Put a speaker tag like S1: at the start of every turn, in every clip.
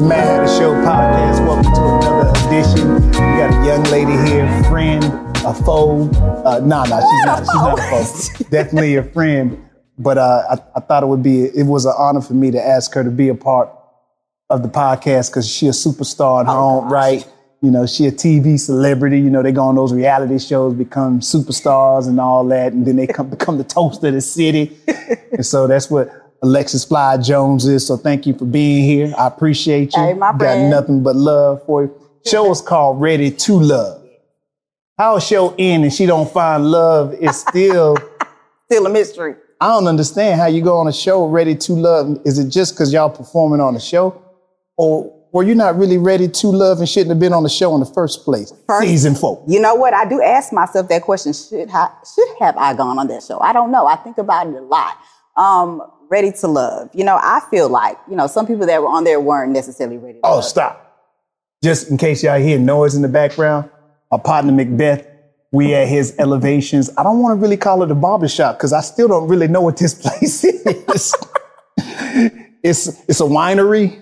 S1: Mad at the Show podcast. Welcome to another edition. We got a young lady here, friend, a foe. Uh, nah, nah, she's not. She's not a foe. Definitely a friend. But uh, I, I thought it would be. It was an honor for me to ask her to be a part of the podcast because she a superstar in her
S2: Oh,
S1: own right. You know, she a TV celebrity. You know, they go on those reality shows, become superstars and all that, and then they come become the toast of the city. and so that's what Alexis Fly Jones is. So thank you for being here. I appreciate you.
S2: Hey, my
S1: Got
S2: friend.
S1: nothing but love for you. Show is called Ready to Love. How a show end and she don't find love is still.
S2: Still a mystery.
S1: I don't understand how you go on a show ready to love. Is it just because y'all performing on a show, or were you not really ready to love and shouldn't have been on the show in the first place?
S2: First-
S1: Season four.
S2: You know what? I do ask myself that question. Should I, should have I gone on that show? I don't know. I think about it a lot. Um, ready to love. You know, I feel like you know some people that were on there weren't necessarily ready. To
S1: Oh,
S2: love.
S1: stop! Just in case y'all hear noise in the background, my partner Macbeth. We at his elevations. I don't want to really call it a barber shop because I still don't really know what this place is. it's it's a winery.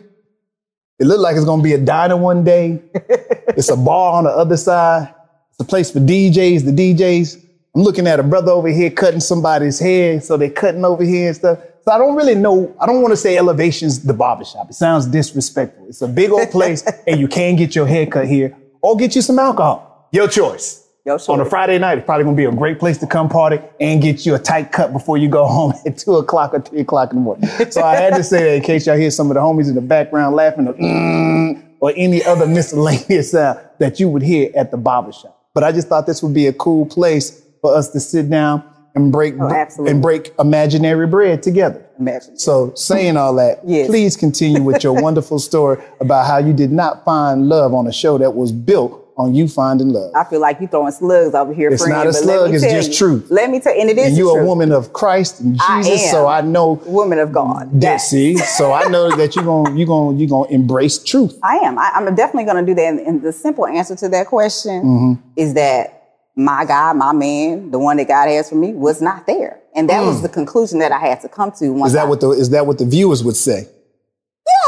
S1: It looked like it's gonna be a diner one day. it's a bar on the other side. It's a place for DJs, the DJs. I'm looking at a brother over here cutting somebody's hair, so they're cutting over here and stuff. So I don't really know. I don't want to say elevations the barbershop. It sounds disrespectful. It's a big old place, and you can get your hair cut here or get you some alcohol. Your choice.
S2: Your choice.
S1: On a Friday night, it's probably gonna be a great place to come party and get you a tight cut before you go home at two o'clock or three o'clock in the morning. So I had to say that in case y'all hear some of the homies in the background laughing or, "Mm," or any other miscellaneous sound that you would hear at the barber shop. But I just thought this would be a cool place for us to sit down and break
S2: Oh, absolutely.
S1: and break imaginary bread together.
S2: Imagine.
S1: So saying all that,
S2: Yes.
S1: please continue with your wonderful story about how you did not find love on a show that was built on you finding love.
S2: I feel like you throwing slugs over here.
S1: It's
S2: friend,
S1: not a
S2: but let
S1: slug,
S2: me
S1: it's
S2: tell
S1: just
S2: you.
S1: truth.
S2: Let me tell, and it is
S1: and
S2: the
S1: you a
S2: truth.
S1: woman of Christ and
S2: I
S1: Jesus,
S2: am.
S1: so I know
S2: woman of God.
S1: that.
S2: Yes.
S1: See, so I know that you're gonna you gonna you gonna embrace truth.
S2: I am. I, I'm definitely going to do that. And, and the simple answer to that question
S1: Mm-hmm.
S2: is that my guy, my man, the one that God has for me, was not there, and that was the conclusion that I had to come to. Once
S1: Mm. Is that
S2: I,
S1: what the is that what the viewers would say?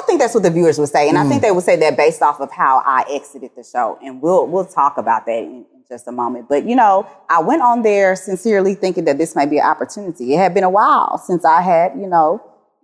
S2: I think that's what the viewers would say, and
S1: Mm.
S2: I think they would say that based off of how I exited the show, and we'll we'll talk about that in, in just a moment. But you know, I went on there sincerely thinking that this might be an opportunity. It had been a while since I had you know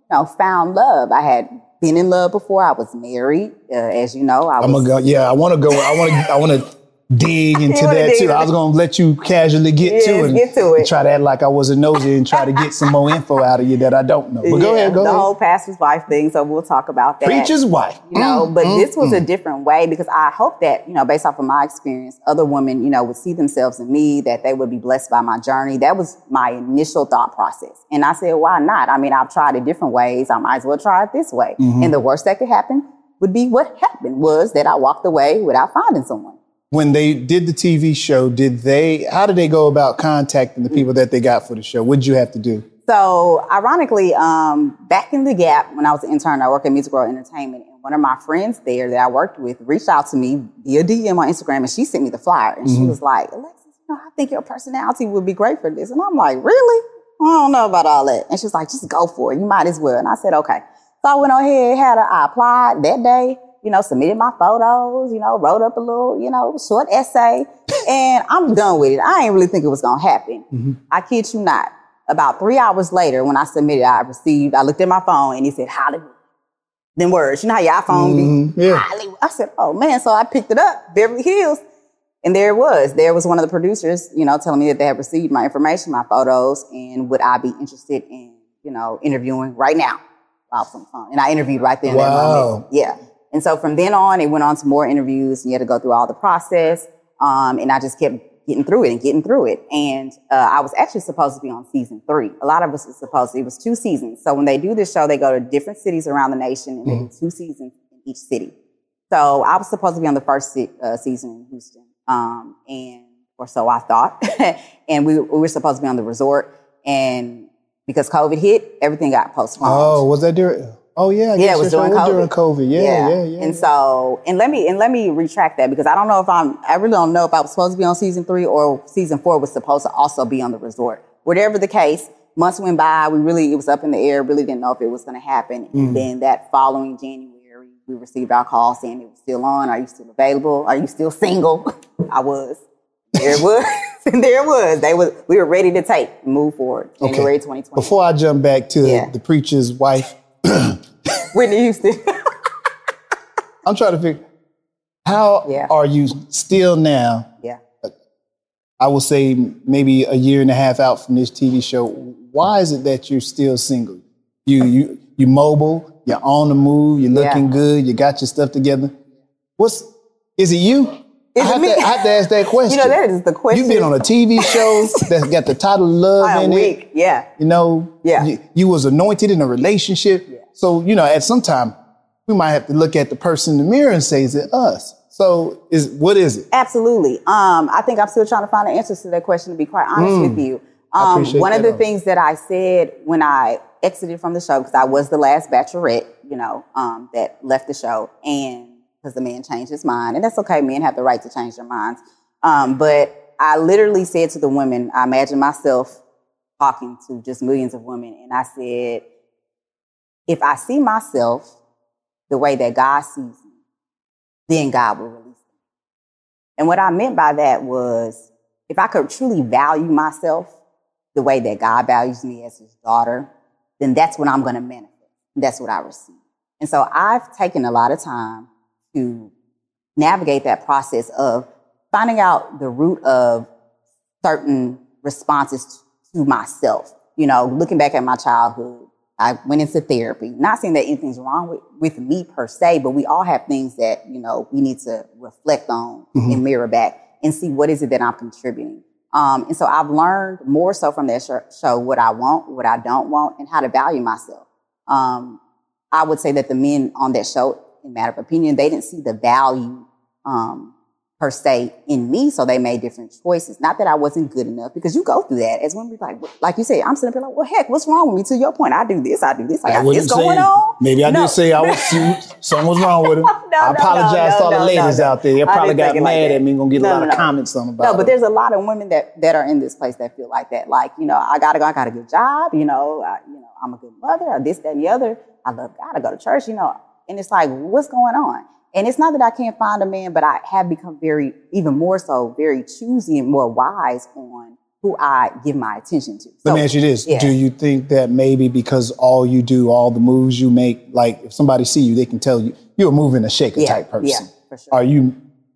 S2: you know found love. I had been in love before. I was married, uh, as you know. I was,
S1: I'm gonna go. Yeah, I want to go. I want to. I want to dig into
S2: wanna
S1: that
S2: dig
S1: too. I
S2: into-
S1: was gonna let you casually get to
S2: Yes,
S1: it. and-
S2: get to it.
S1: and Try to act like I wasn't nosy and try to get some more info out of you that I don't know. But go
S2: Yeah,
S1: ahead. Go
S2: the
S1: ahead.
S2: whole pastor's wife thing. So we'll talk about that.
S1: Preacher's wife. Mm.
S2: you know, but this was a different way because I hope that, you know, based off of my experience, other women, you know, would see themselves in me, that they would be blessed by my journey. That was my initial thought process. And I said, why not? I mean, I've tried it different ways. I might as well try it this way.
S1: Mm-hmm.
S2: And the worst that could happen would be what happened was that I walked away without finding someone.
S1: When they did the TV show, did they? How did they go about contacting the people that they got for the show? What'd you have to do?
S2: So, ironically, um, back in the gap, when I was an intern, I worked at Music World Entertainment, and one of my friends there that I worked with reached out to me via DM on Instagram, and she sent me the flyer, and she was like, "Alexis, you know, I think your personality would be great for this," and I'm like, "Really? I don't know about all that." And she's like, "Just go for it. You might as well." And I said, "Okay." So I went on ahead, had her. I applied that day. You know, submitted my photos. You know, wrote up a little, you know, short essay, and I'm done with it. I ain't really think it was gonna happen. I kid you not. About three hours later, when I submitted, I received, I looked at my phone and he said, Hollywood. Then words, you know how your iPhone
S1: Mhm,
S2: be?
S1: yeah.
S2: Hollywood. I said, oh man. So I picked it up, Beverly Hills. And there it was. There was one of the producers, you know, telling me that they had received my information, my photos, and would I be interested in, you know, interviewing right now? While I was on the phone. And I interviewed right then. in that
S1: Wow.
S2: moment. Yeah. And so from then on, it went on to more interviews, and you had to go through all the process. Um, and I just kept getting through it and getting through it. And uh, I was actually supposed to be on season three. A lot of us were supposed to. It was two seasons. So when they do this show, they go to different cities around the nation, and they do two seasons in each city. So I was supposed to be on the first se- uh, season in Houston, um, and or so I thought. and we, we were supposed to be on the resort, and because COVID hit, everything got postponed.
S1: Oh, was that during? Oh yeah, I
S2: Yeah,
S1: guess
S2: it was
S1: you're
S2: during
S1: right.
S2: COVID.
S1: during COVID. Yeah, yeah, yeah.
S2: And so, and let me and let me retract that because I don't know if I'm. I really don't know if I was supposed to be on season three or season four was supposed to also be on the resort. Whatever the case, months went
S1: Mm.
S2: by. We really it was up in the air. Really didn't know if it was going to happen. And then that following January, we received our call saying it was still on. Are you still available? Are you still single? I was. There it was. there it was. They was. We were ready to take move forward.
S1: Okay.
S2: January 2020.
S1: Before I jump back to
S2: Yeah.
S1: the preacher's wife,
S2: Whitney Houston.
S1: I'm trying to figure how
S2: Yeah.
S1: are you still now?
S2: yeah.
S1: I will say maybe a year and a half out from this TV show. Why is it that you're still single? You you you mobile. You're on the move. You're
S2: Yeah.
S1: looking good. You got your stuff together. What's is it you? I,
S2: Is it
S1: have
S2: me?
S1: To, I have to ask that question.
S2: You know that is the question.
S1: You've been on a TV show that's got the title Love
S2: I am
S1: in it.
S2: weak. Yeah.
S1: You know,
S2: Yeah.
S1: you, you was anointed in a relationship. So, you know, at some time we might have to look at the person in the mirror and say, is it us? So is what is it?
S2: Absolutely. Um, I think I'm still trying to find the answers to that question. To be quite honest with you,
S1: Mm. I
S2: um,
S1: appreciate
S2: one of
S1: that,
S2: the
S1: um,
S2: things that I said when I exited from the show because I was the last bachelorette, you know, um, that left the show, and because the man changed his mind, and that's okay. Men have the right to change their minds. Um, but I literally said to the women, I imagine myself talking to just millions of women, and I said, if I see myself the way that God sees me, then God will release me. And what I meant by that was if I could truly value myself the way that God values me as his daughter, then that's what I'm going to manifest. That's what I receive. And so I've taken a lot of time to navigate that process of finding out the root of certain responses to myself. You know, looking back at my childhood, I went into therapy. Not saying that anything's wrong with, with me per se, but we all have things that, you know, we need to reflect on
S1: Mhm.
S2: and mirror back and see what is it that I'm contributing. Um, and so I've learned more so from that show, show what I want, what I don't want, and how to value myself. Um, I would say that the men on that show, in matter of opinion, they didn't see the value um, per se in me, so they made different choices. Not that I wasn't good enough, because you go through that as women. Like, like you said, I'm sitting up here like, well, heck, what's wrong with me? To your point, I do this, I do this, I got this going on.
S1: Maybe I
S2: No.
S1: did say I was something was wrong with him. I
S2: no,
S1: apologize
S2: no,
S1: to all the
S2: no, no,
S1: ladies
S2: no.
S1: out there. They
S2: I
S1: probably
S2: didn't
S1: got
S2: think it
S1: mad
S2: like that.
S1: at me and gonna get a
S2: No,
S1: lot
S2: no,
S1: of
S2: no.
S1: comments on about
S2: No, but
S1: it.
S2: there's a lot of women that, that are in this place that feel like that. Like, you know, I gotta go, I got a good job, you know, I, you know, I'm a good mother, or this, that, and the other. I love God, I go to church, you know. And it's like, what's going on? And it's not that I can't find a man, but I have become very, even more so, very choosy and more wise on who I give my attention to.
S1: Let
S2: So,
S1: me ask you this.
S2: yeah.
S1: Do you think that maybe because all you do, all the moves you make, like if somebody see you, they can tell you you're a mover and a shaker
S2: yeah,
S1: type person.
S2: Yeah, for sure.
S1: Are you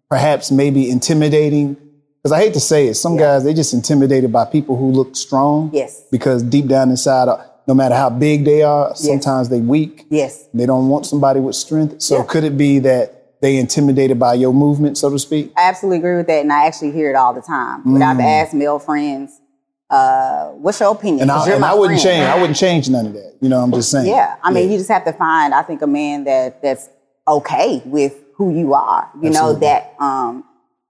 S1: perhaps maybe intimidating? Because I hate to say it, some
S2: Yeah.
S1: guys they just intimidated by people who look strong.
S2: Yes.
S1: Because deep down inside, uh, no matter how big they are, sometimes they weak.
S2: yes.
S1: They don't want somebody with strength. So
S2: Yeah.
S1: could it be that they intimidated by your movement, so to speak?
S2: I absolutely agree with that, and I actually hear it all the time. But I've asked male friends, uh, "What's your opinion?"
S1: Mm. And,
S2: 'Cause
S1: I,
S2: you're
S1: and
S2: my
S1: I wouldn't
S2: friend.
S1: change. I wouldn't change none of that. You know, I'm just saying.
S2: Yeah, I mean, you just have to find, I think, a man that that's okay with who you are. You know,
S1: Absolutely.
S2: that um,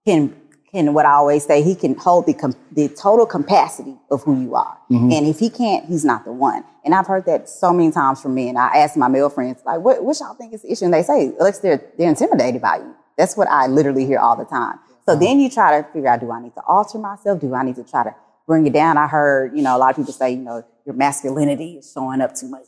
S2: can can what I always say, he can hold the com- the total capacity of who you are.
S1: Mm-hmm.
S2: And if he can't, he's not the one. And I've heard that so many times from men. I ask my male friends, like, what, what y'all think is the issue? And they say, Alex, they're they're intimidated by you. That's what I literally hear all the time. So
S1: Uh-huh.
S2: then you try to figure out, do I need to alter myself? Do I need to try to bring it down? I heard, you know, a lot of people say, you know, your masculinity is showing up too much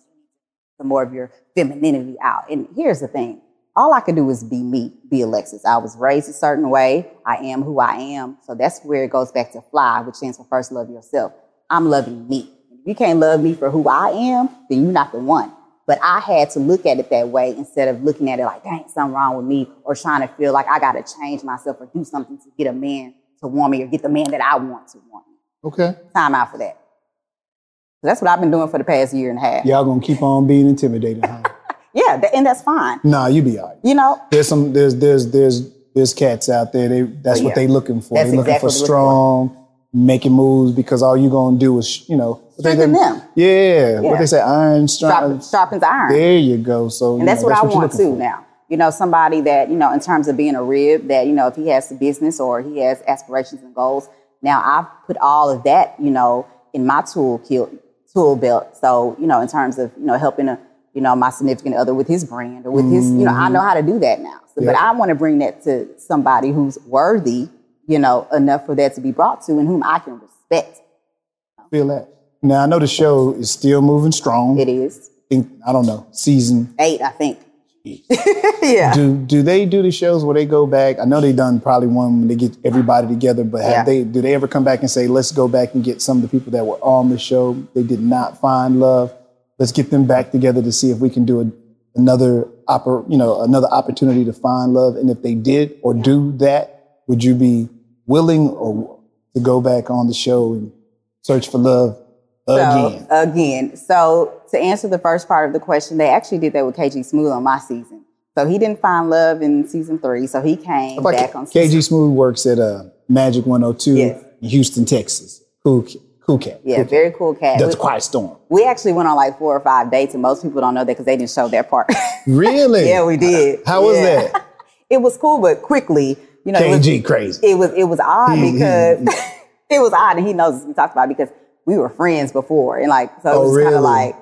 S2: the more of your femininity out. And here's the thing all I could do is be me, be Alexis. I was raised a certain way. I am who I am. So that's where it goes back to fly, which stands for first love yourself. I'm loving me. If you can't love me for who I am, then you're not the one. But I had to look at it that way instead of looking at it like, dang, something wrong with me, or trying to feel like I got to change myself or do something to get a man to want me or get the man that I want to want me.
S1: Okay.
S2: Time out for that. So that's what I've been doing for the past year and a half.
S1: Y'all gonna keep on being intimidated, huh?
S2: Yeah, th- and that's fine.
S1: nah, you be all right.
S2: You know,
S1: There's some there's there's there's there's cats out there. They that's what
S2: Oh, yeah.
S1: they looking for.
S2: That's
S1: they looking
S2: exactly
S1: for
S2: what they
S1: strong, making moves because all you gonna do is you know what they-
S2: Strengthen them.
S1: Yeah, what
S2: Yeah.
S1: they say, iron strong.
S2: sharp, sharpens iron.
S1: There you go. So you
S2: and that's
S1: know,
S2: what I
S1: you're
S2: want
S1: looking
S2: too
S1: for.
S2: now. You know, somebody that, you know, in terms of being a rib, that, you know, if he has a business or he has aspirations and goals, now I've put all of that, you know, in my tool toolkit, tool belt. So, you know, in terms of, you know, helping, a, you know, my significant other with his brand or with his, you know, I know how to do that now. So, But
S1: Mm-hmm. Yeah.
S2: I want to bring that to somebody who's worthy, you know, enough for that to be brought to and whom I can respect.
S1: Feel that. Now I know the show is still moving strong.
S2: It is
S1: think I don't know season
S2: eight, I think. yeah.
S1: Do do they do the shows where they go back? I know they done probably one when they get everybody together, but have
S2: Yeah.
S1: they do they ever come back and say, let's go back and get some of the people that were on the show? They did not find love. Let's get them back together to see if we can do a, another oppor- you know, another opportunity to find love. And if they did or do that, would you be willing or to go back on the show and search for love
S2: So,
S1: again?
S2: again. So to answer the first part of the question, they actually did that with KG Smooth on my season. So he didn't find love in season three, so he came
S1: Like,
S2: back on season.
S1: KG Smooth works at uh, Magic 102
S2: Yes.
S1: in Houston, Texas. Cool, ki- cool cat.
S2: Yeah,
S1: Cool cat.
S2: very cool cat.
S1: That's
S2: We-
S1: Quiet Storm.
S2: We actually went on like four or five dates, and most people don't know that because they didn't show their part.
S1: Really?
S2: yeah, we did.
S1: How was
S2: Yeah.
S1: that?
S2: It was cool, but quickly, you know, it was-
S1: KG crazy.
S2: it was it was odd
S1: He- he-
S2: because it was odd, and he knows this, we talked about it because we were friends before, and like so
S1: Oh,
S2: it was kind
S1: really?
S2: of like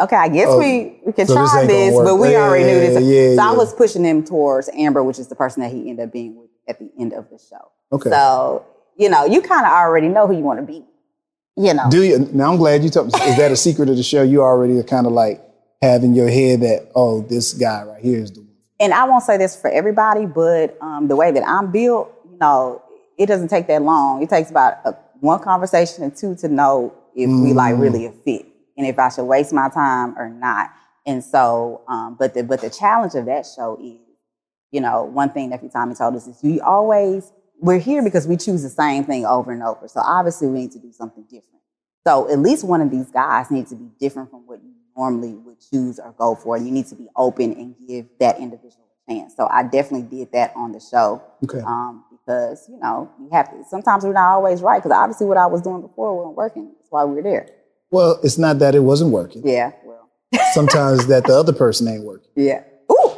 S2: okay, I guess
S1: Oh,
S2: we we can
S1: so this
S2: try
S1: ain't gonna
S2: this,
S1: work.
S2: but we
S1: Yeah,
S2: already
S1: yeah,
S2: knew this.
S1: yeah,
S2: so
S1: yeah.
S2: I was pushing him towards Amber, which is the person that he ended up being with at the end of the show.
S1: Okay.
S2: So you know, you kind of already know who you want to be. You know,
S1: Do you? Now I'm glad you told me. Is that a secret of the show? You already are kind of like have in your head that oh, this guy right here is the one.
S2: and I won't say this for everybody, but um, the way that I'm built, you know, it doesn't take that long. It takes about a, one conversation and two to know if we like really a fit and if I should waste my time or not. And so, um, but the but the challenge of that show is, you know, one thing that Tommy told us is we always we're here because we choose the same thing over and over. So obviously we need to do something different. So at least one of these guys needs to be different from what you normally would choose or go for. You need to be open and give that individual a chance. So I definitely did that on the show
S1: Okay.
S2: um, because you know you have to. Sometimes we're not always right because obviously what I was doing before wasn't working. That's why we're there.
S1: Well, it's not that it wasn't working.
S2: Yeah. Well.
S1: Sometimes that the other person ain't working.
S2: Yeah. Ooh,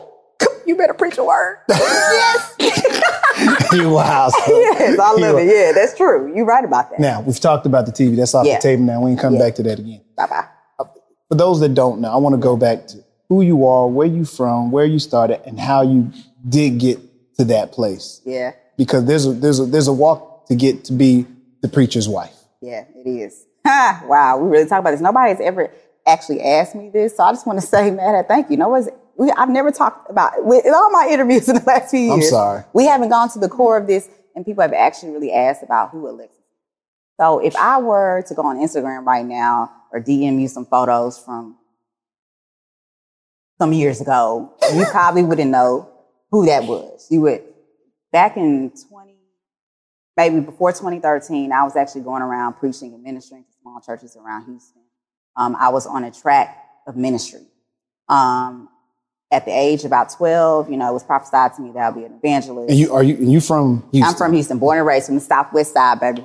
S2: you better preach a word. yes.
S1: you wow. son.
S2: yes, I
S1: You
S2: love
S1: are-
S2: it. Yeah, that's true. You're right about that.
S1: Now we've talked about the TV. That's off
S2: Yeah.
S1: the table. Now we ain't come back to that again.
S2: Bye bye.
S1: for those that don't know, I want to go back to who you are, where you from, where you started, and how you did get to that place.
S2: Yeah.
S1: Because there's a there's a there's a walk to get to be the preacher's wife.
S2: Yeah, it is. Ha, wow, we really talk about this. Nobody's ever actually asked me this, so I just want to say, Matt, thank you. No one's. We, I've never talked about with in all my interviews in the last few years.
S1: I'm sorry.
S2: We haven't gone to the core of this, and people have actually really asked about who Alexis. is. So if I were to go on Instagram right now or DM you some photos from some years ago, you probably wouldn't know who that was. You would back in 20, maybe before 2013, I was actually going around preaching and ministering to small churches around Houston. Um, I was on a track of ministry. Um, at the age of about 12, you know, it was prophesied to me that I would be an evangelist.
S1: And you are you and you from Houston?
S2: I'm from Houston, born and raised from the Southwest side, baby.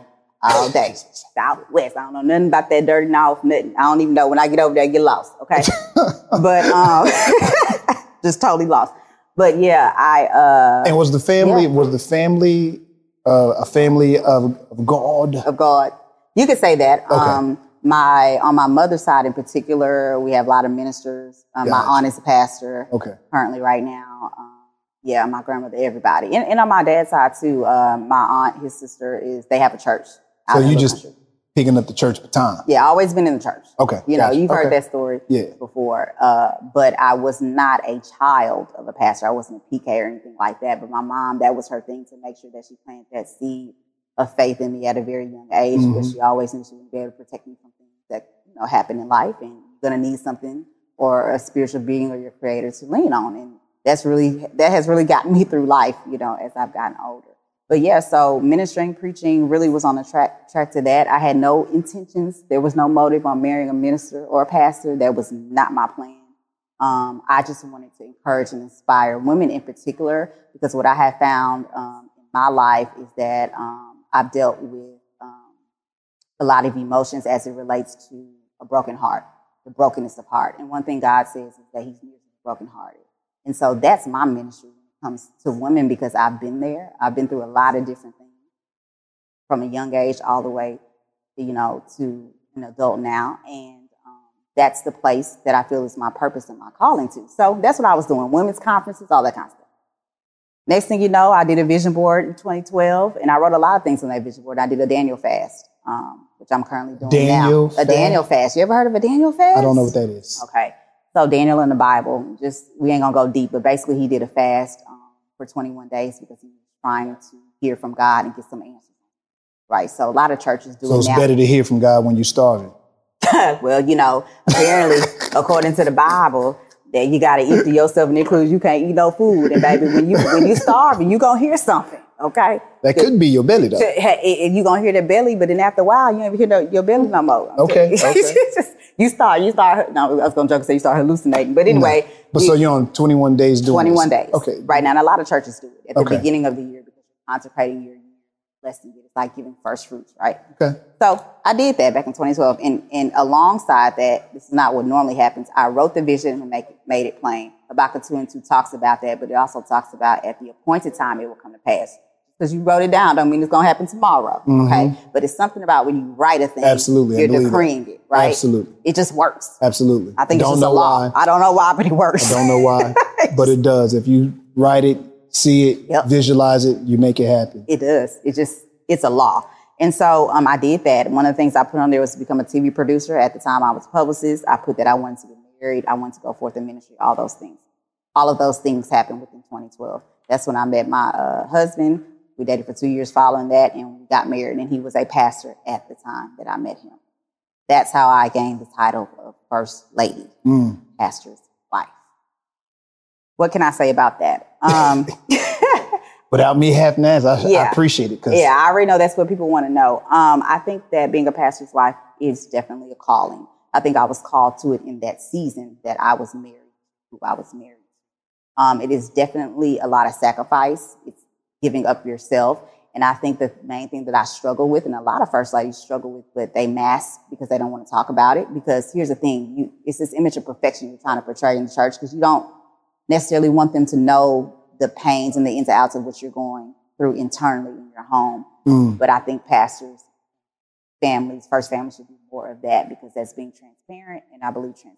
S2: All day. Southwest. I don't know nothing about that dirty north, nothing. I don't even know. When I get over there, I get lost, okay? but um, just totally lost. But yeah, I. Uh,
S1: And was the family
S2: Yeah.
S1: was the family uh, a family of, of God?
S2: of God. You could say that. Um, my on my mother's side in particular, we have a lot of ministers. Um, my
S1: Gotcha.
S2: aunt is a pastor
S1: Okay.
S2: currently right now. Um, yeah, my grandmother, everybody, and, and on my dad's side too. Uh, my aunt, his sister is they have a church. out
S1: So
S2: in
S1: you
S2: the
S1: just
S2: country.
S1: picking up the church baton.
S2: yeah, always been in the church.
S1: Okay.
S2: You know,
S1: gotcha.
S2: you've
S1: Okay.
S2: heard that story
S1: Yeah.
S2: before, uh, but I was not a child of a pastor. I wasn't a PK or anything like that. But my mom, that was her thing to make sure that she planted that seed of faith in me at a very young age. But
S1: Mhm.
S2: she always knew she would be able to protect me from things that you know happen in life, and you're gonna need something or a spiritual being or your creator to lean on. And that's really that has really gotten me through life, you know, as I've gotten older. But yeah, so ministering, preaching really was on the track track to that. I had no intentions. There was no motive on marrying a minister or a pastor. That was not my plan. Um, I just wanted to encourage and inspire women in particular because what I have found um, in my life is that um, I've dealt with um, a lot of emotions as it relates to a broken heart, the brokenness of heart. And one thing God says is that He's near to the brokenhearted. And so that's my ministry when it comes to women because I've been there. I've been through a lot of different things from a young age all the way, you know, to an adult now. And um, that's the place that I feel is my purpose and my calling to. So that's what I was doing women's conferences, all that kind of stuff. Next thing you know, I did a vision board in 2012, and I wrote a lot of things on that vision board. I did a Daniel fast, um, which I'm currently doing
S1: Daniel
S2: now.
S1: fast?
S2: A Daniel fast. You ever heard of a Daniel fast?
S1: I don't know what that is.
S2: Okay. So Daniel in the Bible, just we ain't gonna go deep, but basically he did a fast um, for 21 days because he was trying to hear from God and get some answers. Right. So a lot of churches do
S1: So
S2: it
S1: it's
S2: now.
S1: better to hear from God when you're starving.
S2: well, you know, apparently, according to the Bible, that you gotta eat for yourself, and it includes you can't eat no food. And baby, when you when you starving, you gonna hear something. Okay.
S1: That could be your belly though.
S2: you gonna hear the belly, but then after a while, you ain't even hear no, your belly no more. I'm
S1: Okay,
S2: telling you. It's just- you start, you start. No, I was gonna joke and say you start hallucinating, but anyway,
S1: But so you're on 21 days doing this.
S2: 21 days.
S1: Okay.
S2: Right now, and a lot of churches do it at the
S1: Okay.
S2: beginning of the year because you're consecrating your blessing. It's like giving first fruits, right?
S1: Okay.
S2: So I did that back in 2012, and, and alongside that, this is not what normally happens. I wrote the vision and make it, made it plain. Habakkuk 2 and 2 talks about that, but it also talks about at the appointed time it will come to pass. Because you wrote it down, don't mean it's going to happen tomorrow, okay? But it's something about when you write a thing,
S1: Mm-hmm. Absolutely, I
S2: you're
S1: believe that.
S2: decreeing it, right?
S1: Absolutely.
S2: it just works.
S1: Absolutely.
S2: I think
S1: don't
S2: it's just
S1: know
S2: a law.
S1: why.
S2: I don't know why, but it works.
S1: Don't know why, but it does. If you write it, see it,
S2: Yep.
S1: visualize it, you make it happen.
S2: It does. It just it's a law. And so um, I did that. One of the things I put on there was to become a TV producer. At the time, I was a publicist. I put that I wanted to get married. I wanted to go forth in ministry. All those things. All of those things happened within 2012. That's when I met my uh, husband. We dated for two years following that, and we got married. And he was a pastor at the time that I met him. That's how I gained the title of First Lady,
S1: Mm.
S2: pastor's wife. What can I say about that? Um,
S1: Without me half ass, I, I
S2: Yeah.
S1: appreciate it because
S2: Yeah, I already know that's what people want to know. Um, I think that being a pastor's wife is definitely a calling. I think I was called to it in that season that I was married, who I was married. Um, it is definitely a lot of sacrifice. It's giving up yourself. And I think the main thing that I struggle with, and a lot of first ladies struggle with, but they mask because they don't want to talk about it. Because here's the thing: you, it's this image of perfection you're trying to portray in the church because you don't necessarily want them to know the pains and the ins and outs of what you're going through internally in your home.
S1: Mm.
S2: But I think pastors, families, first families should do more of that because that's being transparent, and I believe transparency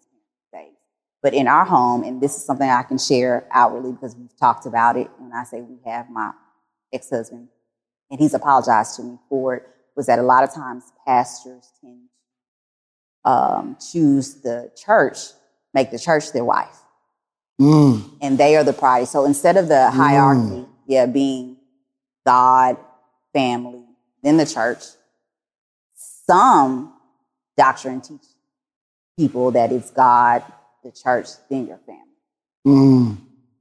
S2: saves. But in our home, and this is something I can share outwardly because we've talked about it. When I say we have my ex husband, and he's apologized to me for it, was that a lot of times pastors tend to um, choose the church, make the church their wife
S1: Mm,
S2: and they are the priority. So instead of the hierarchy, yeah, being God, family, then the church, some doctrine teach people that it's God, the church, then your family.
S1: mm,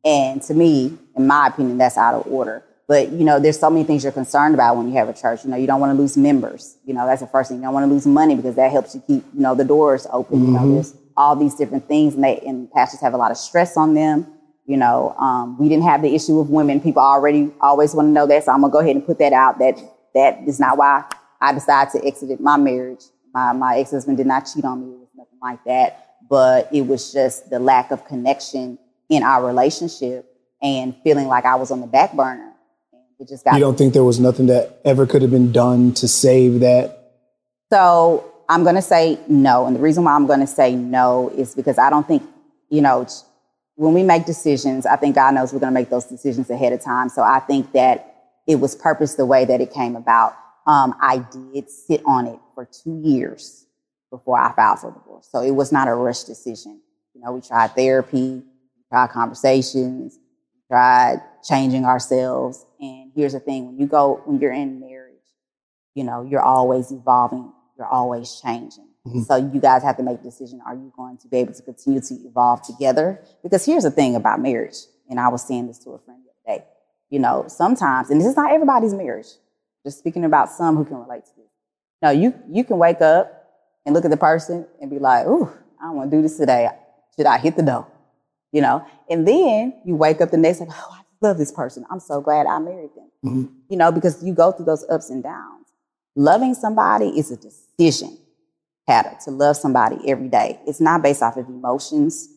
S2: And to me, in my opinion, that's out of order. But you know, there's so many things you're concerned about when you have a church. You know, you don't want to lose members. You know, that's the first thing. You don't want to lose money because that helps you keep, you know, the doors open. You know, there's Um, all these different things, and they and pastors have a lot of stress on them. You know, um, we didn't have the issue of women. People already always want to know that, so I'm gonna go ahead and put that out. That that is not why I decided to exit my marriage. My my ex husband did not cheat on me. It was nothing like that. But it was just the lack of connection in our relationship and feeling like I was on the back burner. And it just got
S1: you don't think there was nothing that ever could have been done to save that?
S2: So I'm going to say no. And the reason why I'm going to say no is because I don't think, you know, it's- when we make decisions, I think God knows we're going to make those decisions ahead of time. So I think that it was purposed the way that it came about. Um, I did sit on it for two years before I filed for divorce. So it was not a rush decision. You know, we tried therapy, we tried conversations, we tried changing ourselves. And here's the thing when you go, when you're in marriage, you know you're always evolving you're always changing
S1: Mhm.
S2: so you guys have to make a decision are you going to be able to continue to evolve together because here's the thing about marriage and i was saying this to a friend the other day you know sometimes and this is not everybody's marriage just speaking about some who can relate to this no you you can wake up and look at the person and be like ooh i don't want to do this today should i hit the door you know and then you wake up the next day oh i love this person i'm so glad i married them
S1: Mhm.
S2: you know because you go through those ups and downs loving somebody is a decision pattern to love somebody every day it's not based off of emotions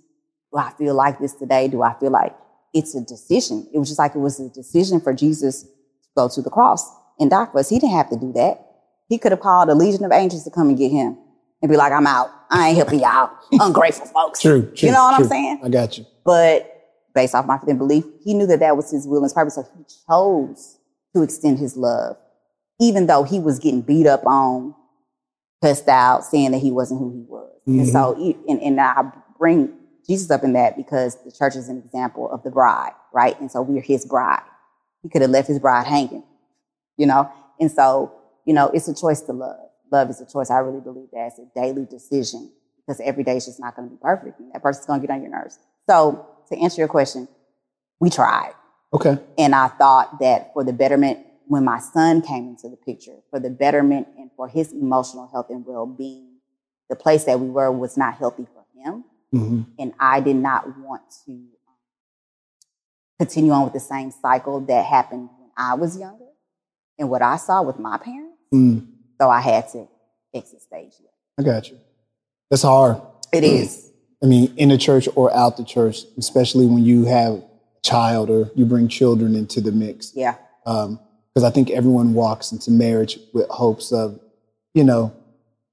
S2: do i feel like this today do i feel like it's a decision it was just like it was a decision for jesus to go to the cross and die for us he didn't have to do that he could have called a legion of angels to come and get him and be like i'm out i ain't helping y'all ungrateful folks
S1: True. true
S2: you know what
S1: true.
S2: i'm saying
S1: I got you.
S2: but based off my faith and belief, he knew that that was his will and his purpose. So he chose to extend his love, even though he was getting beat up on, cussed out, saying that he wasn't who he was. And so, e- and, and I bring Jesus up in that because the church is an example of the bride, right? And so we're his bride. He could have left his bride hanging, you know? And so, you know, it's a choice to love. Love is a choice. I really believe that it's a daily decision because every day is just not going to be perfect. And that person's going to get on your nerves. So to answer your question, we tried.
S1: Okay.
S2: And I thought that for the betterment, when my son came into the picture, for the betterment and for his emotional health and well being, the place that we were was not healthy for him.
S1: Mhm.
S2: And I did not want to um, continue on with the same cycle that happened when I was younger and what I saw with my parents.
S1: Mm,
S2: So I had to exit stage. left.
S1: I got you. That's hard.
S2: It is.
S1: I mean, in the church or out the church, especially when you have a child or you bring children into the mix.
S2: Yeah.
S1: Because I think everyone walks into marriage with hopes of, you know,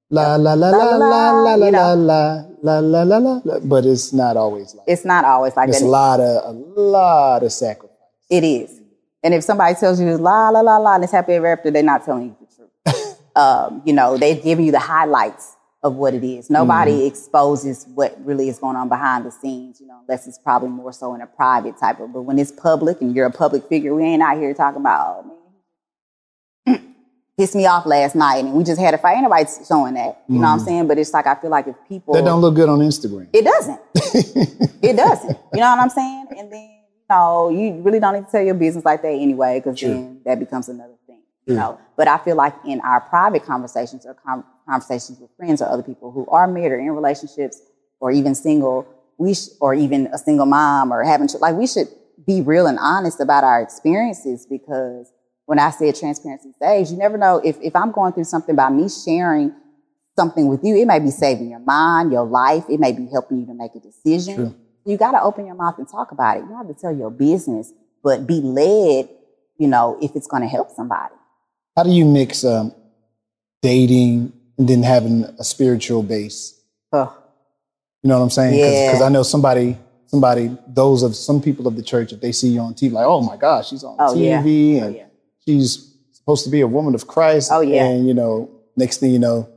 S1: la la la la la la la
S2: You
S1: la
S2: know.
S1: la la la la la, la, but it's not always like
S2: It's not always like
S1: it's
S2: that.
S1: a lot of a lot of sacrifice.
S2: It is. And if somebody tells you la la la la and it's happy ever after, they're not telling you the truth. um, you know, they're giving you the highlights of what it is. Nobody
S1: Mm-hmm.
S2: exposes what really is going on behind the scenes, you know, unless it's probably more so in a private type of but when it's public and you're a public figure, we ain't out here talking about, oh man, pissed me off last night and we just had a fight. Ain't nobody showing that. You know what I'm saying? But it's like I feel like if people
S1: Mm. That don't look good on Instagram.
S2: it doesn't. it doesn't. You know what I'm saying? And then, you know, you really don't need to tell your business like that anyway, because
S1: True.
S2: then that becomes another thing.
S1: True.
S2: You know, but I feel like in our private conversations or com- conversations with friends or other people who are married or in relationships or even single, we sh- or even a single mom or having ch- like we should be real and honest about our experiences because when I said transparency saves, you never know if if I'm going through something by me sharing something with you. It may be saving your mind, your life. It may be helping you to make a decision.
S1: True.
S2: You got to open your mouth and talk about it. You don't have to tell your business, but be led, you know, if it's going to help somebody.
S1: How do you mix um, dating and then having a spiritual base?
S2: Ugh.
S1: Oh, You know what I'm saying? Because
S2: Yeah.
S1: I know somebody, somebody, those of some people of the church, if they see you on TV, like, oh my gosh, she's on
S2: Oh, yeah.
S1: TV
S2: Oh,
S1: and
S2: yeah.
S1: she's supposed to be a woman of Christ.
S2: Oh, yeah.
S1: And you know, next thing you know,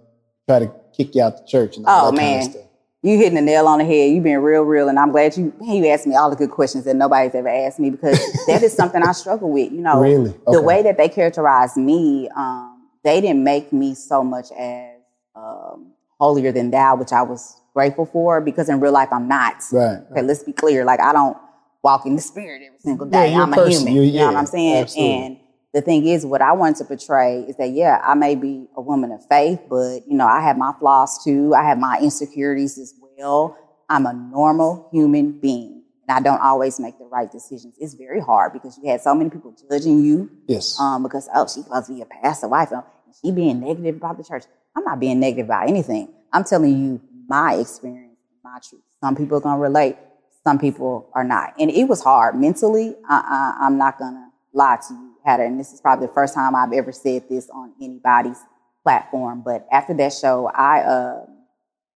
S1: try to kick you out the church and all
S2: Oh,
S1: that
S2: man.
S1: kind of stuff.
S2: You hitting the nail on the head. You've been real, real, and I'm glad you man, you asked me all the good questions that nobody's ever asked me because that is something I struggle with. You know,
S1: Really? Okay.
S2: Oh. the way that they characterized me, um, they didn't make me so much as um, holier than thou, which I was grateful for because in real life I'm not.
S1: Right. right.
S2: Okay, let's be clear. Like I don't walk in the spirit every single
S1: Yeah,
S2: day.
S1: you're a
S2: I'm a,
S1: person.
S2: human.
S1: You-
S2: You, know
S1: yeah,
S2: what I'm saying?
S1: absolutely.
S2: And the thing is, what I wanted to portray is that yeah, I may be a woman of faith, but you know, I have my flaws too. I have my insecurities as well. I'm a normal human being. And I don't always make the right decisions. It's very hard because you had so many people judging you
S1: Yes.
S2: um, because oh, she's supposed to be a pastor wife, and she being negative about the church. I'm not being negative about anything. I'm telling you my experience, my truth. Some people are gonna relate, some people are not, and it was hard mentally. I, I, I'm not gonna lie to you, Hatter, and this is probably the first time I've ever said this on anybody's platform. But after that show, I uh,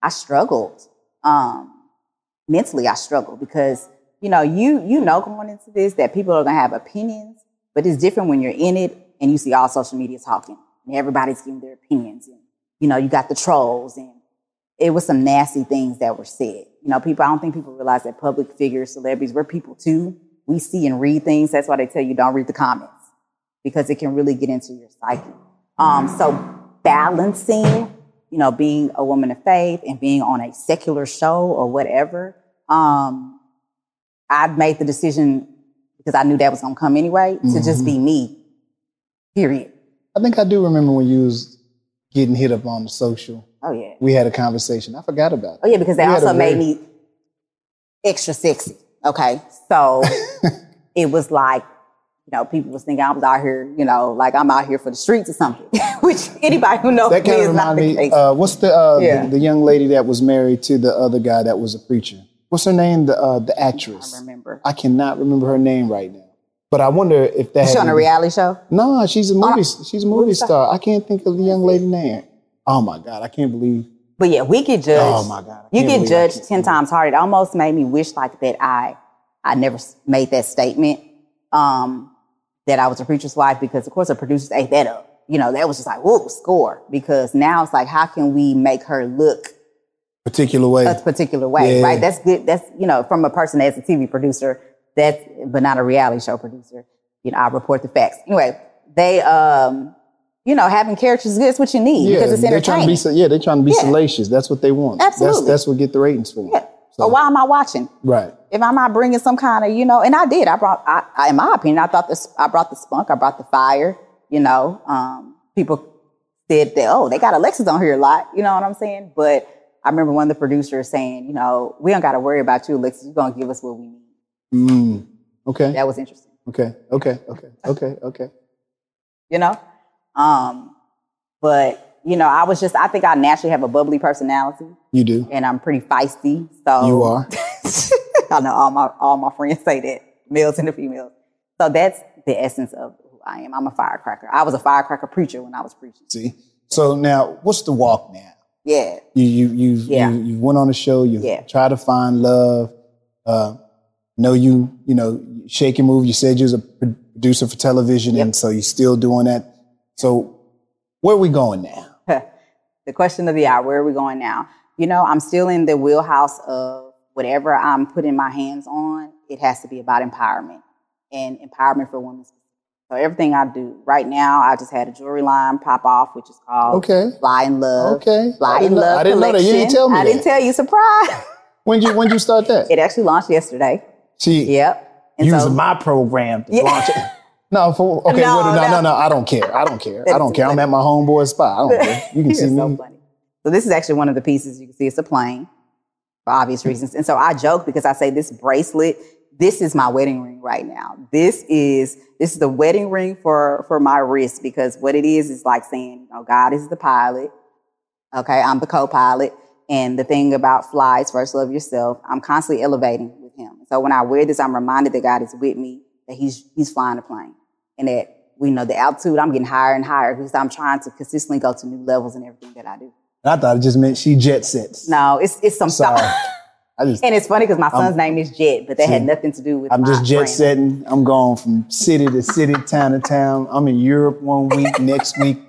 S2: I struggled um, mentally. I struggled because you know you you know going into this that people are gonna have opinions, but it's different when you're in it and you see all social media talking and everybody's giving their opinions. And, you know, you got the trolls and it was some nasty things that were said. You know, people. I don't think people realize that public figures, celebrities, we're people too. We see and read things. That's why they tell you don't read the comments because it can really get into your psyche. Um, so balancing, you know, being a woman of faith and being on a secular show or whatever, um, I made the decision because I knew that was going to come anyway to just be me. Period.
S1: I think I do remember when you was getting hit up on the social.
S2: Oh yeah.
S1: We had a conversation. I forgot about
S2: Oh
S1: it.
S2: yeah, because they
S1: We had a
S2: also made
S1: very-
S2: me extra sexy. Okay, so it was like you know people was thinking I was out here, you know, like I'm out here for the streets or something. Which anybody who knows
S1: That
S2: me
S1: kind of
S2: is not
S1: reminded
S2: the
S1: me.
S2: case.
S1: Uh, what's the, uh,
S2: Yeah.
S1: the the young lady that was married to the other guy that was a preacher? What's her name? The uh, the actress.
S2: I remember.
S1: I cannot remember her name right now. But I wonder if that.
S2: She
S1: had
S2: on a
S1: anything-
S2: reality show.
S1: No, she's a movie. she's a movie
S2: movie
S1: star.
S2: star.
S1: I can't think of the young lady name. Oh my god, I can't believe.
S2: But yeah, we get judged.
S1: Oh my God, I
S2: you
S1: can't
S2: get
S1: believe I
S2: judged ten times harder. It almost made me wish like that I, I never s- made that statement, um, that I was a preacher's wife because of course the producers ate that up. You know, that was just like whoa, score. Because now it's like, how can we make her look
S1: particular way.
S2: a particular way,
S1: Yeah.
S2: right? That's good. That's you know, from a person that's a TV producer, that's but not a reality show producer. You know, I report the facts. Anyway, they, um, you know, having characters is good. It's what you need because it's
S1: they're trying to be
S2: entertaining.
S1: sa- yeah, they're trying to be
S2: Yeah.
S1: salacious. That's what they want.
S2: Absolutely.
S1: That's that's what get the ratings for. 'em.
S2: yeah. So why am I watching?
S1: Right.
S2: If I'm not bringing some kind of, you know, and I did. I brought. I, I in my opinion, I thought this. I brought the spunk. I brought the fire. You know, um, people said that. Oh, they got Alexis on here a lot. You know what I'm saying? But I remember one of the producers saying, you know, we don't got to worry about you, Alexis. You're gonna give us what we need.
S1: Mm. Okay.
S2: That was interesting.
S1: Okay. Okay. Okay. Okay. Okay.
S2: you know. Um, but you know, I was just I think I naturally have a bubbly personality
S1: You do.
S2: and I'm pretty feisty. So
S1: You are.
S2: I know all my all my friends say that, males and the females. So that's the essence of who I am. I'm a firecracker. I was a firecracker preacher when I was preaching.
S1: See. So now, what's the walk now?
S2: Yeah.
S1: You you you
S2: Yeah.
S1: you, you went on a show. You
S2: Yeah.
S1: try to find love. Uh, know you you know shake and move. You said you was a producer for television,
S2: Yep.
S1: and so you're still doing that. So where we going now?
S2: the question of the hour where are we going now you know i'm still in the wheelhouse of whatever i'm putting my hands on it has to be about empowerment and empowerment for women so everything i do right now i just had a jewelry line pop off which is called
S1: Okay.
S2: fly in Oh. love
S1: Okay.
S2: fly
S1: I
S2: in
S1: didn't know-
S2: love
S1: I didn't know that. You
S2: collection.
S1: didn't tell me
S2: i
S1: that.
S2: didn't tell you surprise
S1: When you when you start that?
S2: it actually launched yesterday
S1: See,
S2: yep and
S1: Using
S2: so
S1: my program to
S2: Yeah.
S1: launch it. No, for, okay,
S2: No,
S1: no, no, no,
S2: no.
S1: no, I don't care. I don't care. I
S2: That's
S1: don't care. I'm at my homeboy's spot. I don't care. You can
S2: It's
S1: see me.
S2: so funny. So this is actually one of the pieces you can see. It's a plane for
S1: Hmm.
S2: obvious reasons. And so I joke because I say this bracelet, this is my wedding ring right now. This is this is the wedding ring for for my wrist because what it is is like saying, oh, God is the pilot. Okay, I'm the co-pilot. And the thing about flies, first love yourself. I'm constantly elevating with him. So when I wear this, I'm reminded that God is with me, that He's He's flying the plane, and that we know the altitude. I'm getting higher and higher because I'm trying to consistently go to new levels in everything that I do.
S1: And I thought it just meant she jet sets.
S2: No, it's it's some
S1: Sorry.
S2: stuff.
S1: I just,
S2: And it's funny because my son's name is Jet, but that had
S1: See,
S2: nothing to do with.
S1: I'm
S2: my
S1: just jet
S2: brand.
S1: setting. I'm going from city to city, town to town. I'm in Europe one week, next week,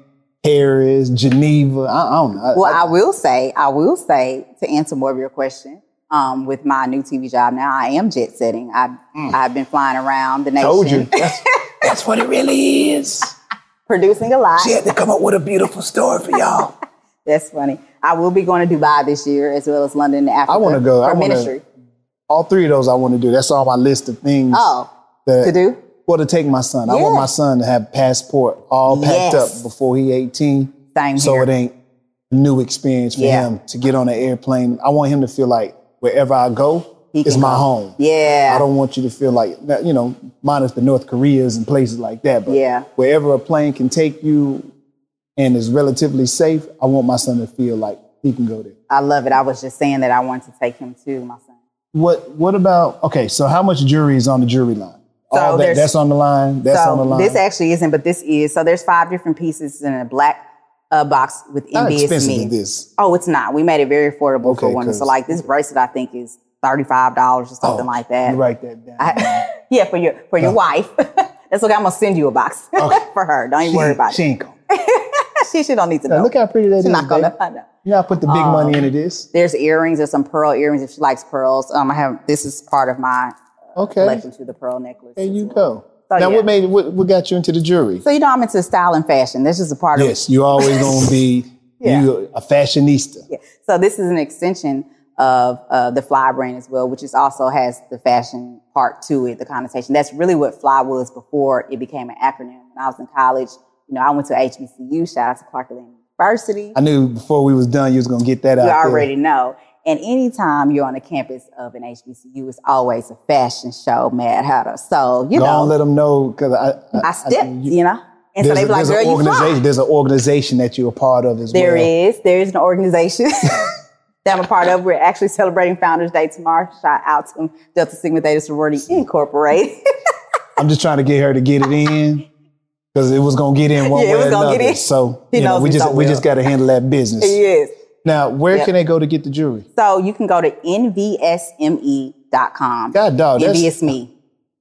S1: Paris, Geneva. I, I don't know. I-
S2: Well,
S1: I-
S2: I will say, I will say to answer more of your question. Um, with my new TV job now, I am jet setting. I I've been flying around the nation,
S1: Mm. told you. That's, that's what it really is.
S2: producing a lot.
S1: She had to come up with a beautiful story for y'all.
S2: That's funny. I will be going to Dubai this year as well as London and Africa.
S1: I wanna go.
S2: for
S1: I wanna-
S2: ministry.
S1: All three of those I want to do. That's all my list of things.
S2: Oh,
S1: that-
S2: to do?
S1: Well, to take my son. I want
S2: Yeah.
S1: my son to have passport all packed
S2: Yes.
S1: up before he 18.
S2: Same
S1: so
S2: here.
S1: it ain't a new experience for
S2: Yeah.
S1: him to get on an airplane. I want him to feel like wherever I go
S2: He
S1: is
S2: can
S1: my
S2: go.
S1: home.
S2: Yeah.
S1: I don't want you to feel like that, you know, minus the North Koreas and places like that. But
S2: Yeah.
S1: wherever a plane can take you and is relatively safe, I want my son to feel like he can go there.
S2: I love it. I was just saying that I wanted to take him to my son.
S1: What what about okay, so how much jury is on the jury line?
S2: So
S1: all that,
S2: there's-
S1: that's on the line. That's on the
S2: So
S1: line.
S2: this actually isn't, but this is. So there's five different pieces in a black uh, box with
S1: How
S2: NBS
S1: expensive
S2: me.
S1: is this?
S2: Oh, it's not. We made it very affordable
S1: Okay,
S2: for women. So
S1: 'cause- Oh,
S2: like this bracelet, I think is thirty five dollars or something like that.
S1: You write that down.
S2: I- yeah, for your for your wife. That's okay. I'm gonna send you a box for her. Don't even worry about
S1: She
S2: it.
S1: ain't gonna.
S2: She, she don't need to know.
S1: Now, Look how pretty that is.
S2: She's not gonna Oh.
S1: babe.
S2: find out.
S1: You know, I put the big money into this.
S2: There's earrings. There's some pearl earrings if she likes pearls. Um, I have this is part of my
S1: Okay.
S2: collection to the pearl necklace.
S1: There you go.
S2: So,
S1: now,
S2: yeah.
S1: what made what, what got you into the jury?
S2: So you know I'm into style and fashion. This is a part of
S1: yes, you always gonna be
S2: Yeah.
S1: you a fashionista.
S2: Yeah. So this is an extension of uh, the Fly brand as well, which is also has the fashion part to it, the connotation. That's really what Fly was before it became an acronym. When I was in college, you know, I went to HBCU. Shout out to Clarkland University.
S1: I knew before we was done, you was gonna get that
S2: You
S1: out. there.
S2: already know. And anytime you're on the campus of an HBCU, it's always a fashion show, Mad Hatter. So you
S1: Go
S2: know,
S1: on, let them know because I,
S2: I stepped, you, know. And so
S1: there's,
S2: they
S1: a-
S2: be like,
S1: there's
S2: girl,
S1: an
S2: you
S1: organization.
S2: fly.
S1: There's an organization that you're a part of as
S2: There
S1: well.
S2: is. There is an organization that I'm a part of. We're actually celebrating Founders Day tomorrow. Shout out to Delta Sigma Theta Sorority Incorporated.
S1: I'm just trying to get her to get it in because it was gonna get in one
S2: Yeah, it
S1: way
S2: was
S1: or
S2: gonna
S1: another.
S2: get in.
S1: So
S2: He
S1: you know,
S2: knows
S1: we
S2: me
S1: just
S2: so
S1: we
S2: well.
S1: just gotta handle that business.
S2: yes.
S1: Now, where
S2: Yeah.
S1: can they go to get the jury?
S2: So you can go to E nvsme.com.
S1: God dog, that's-
S2: Envious me.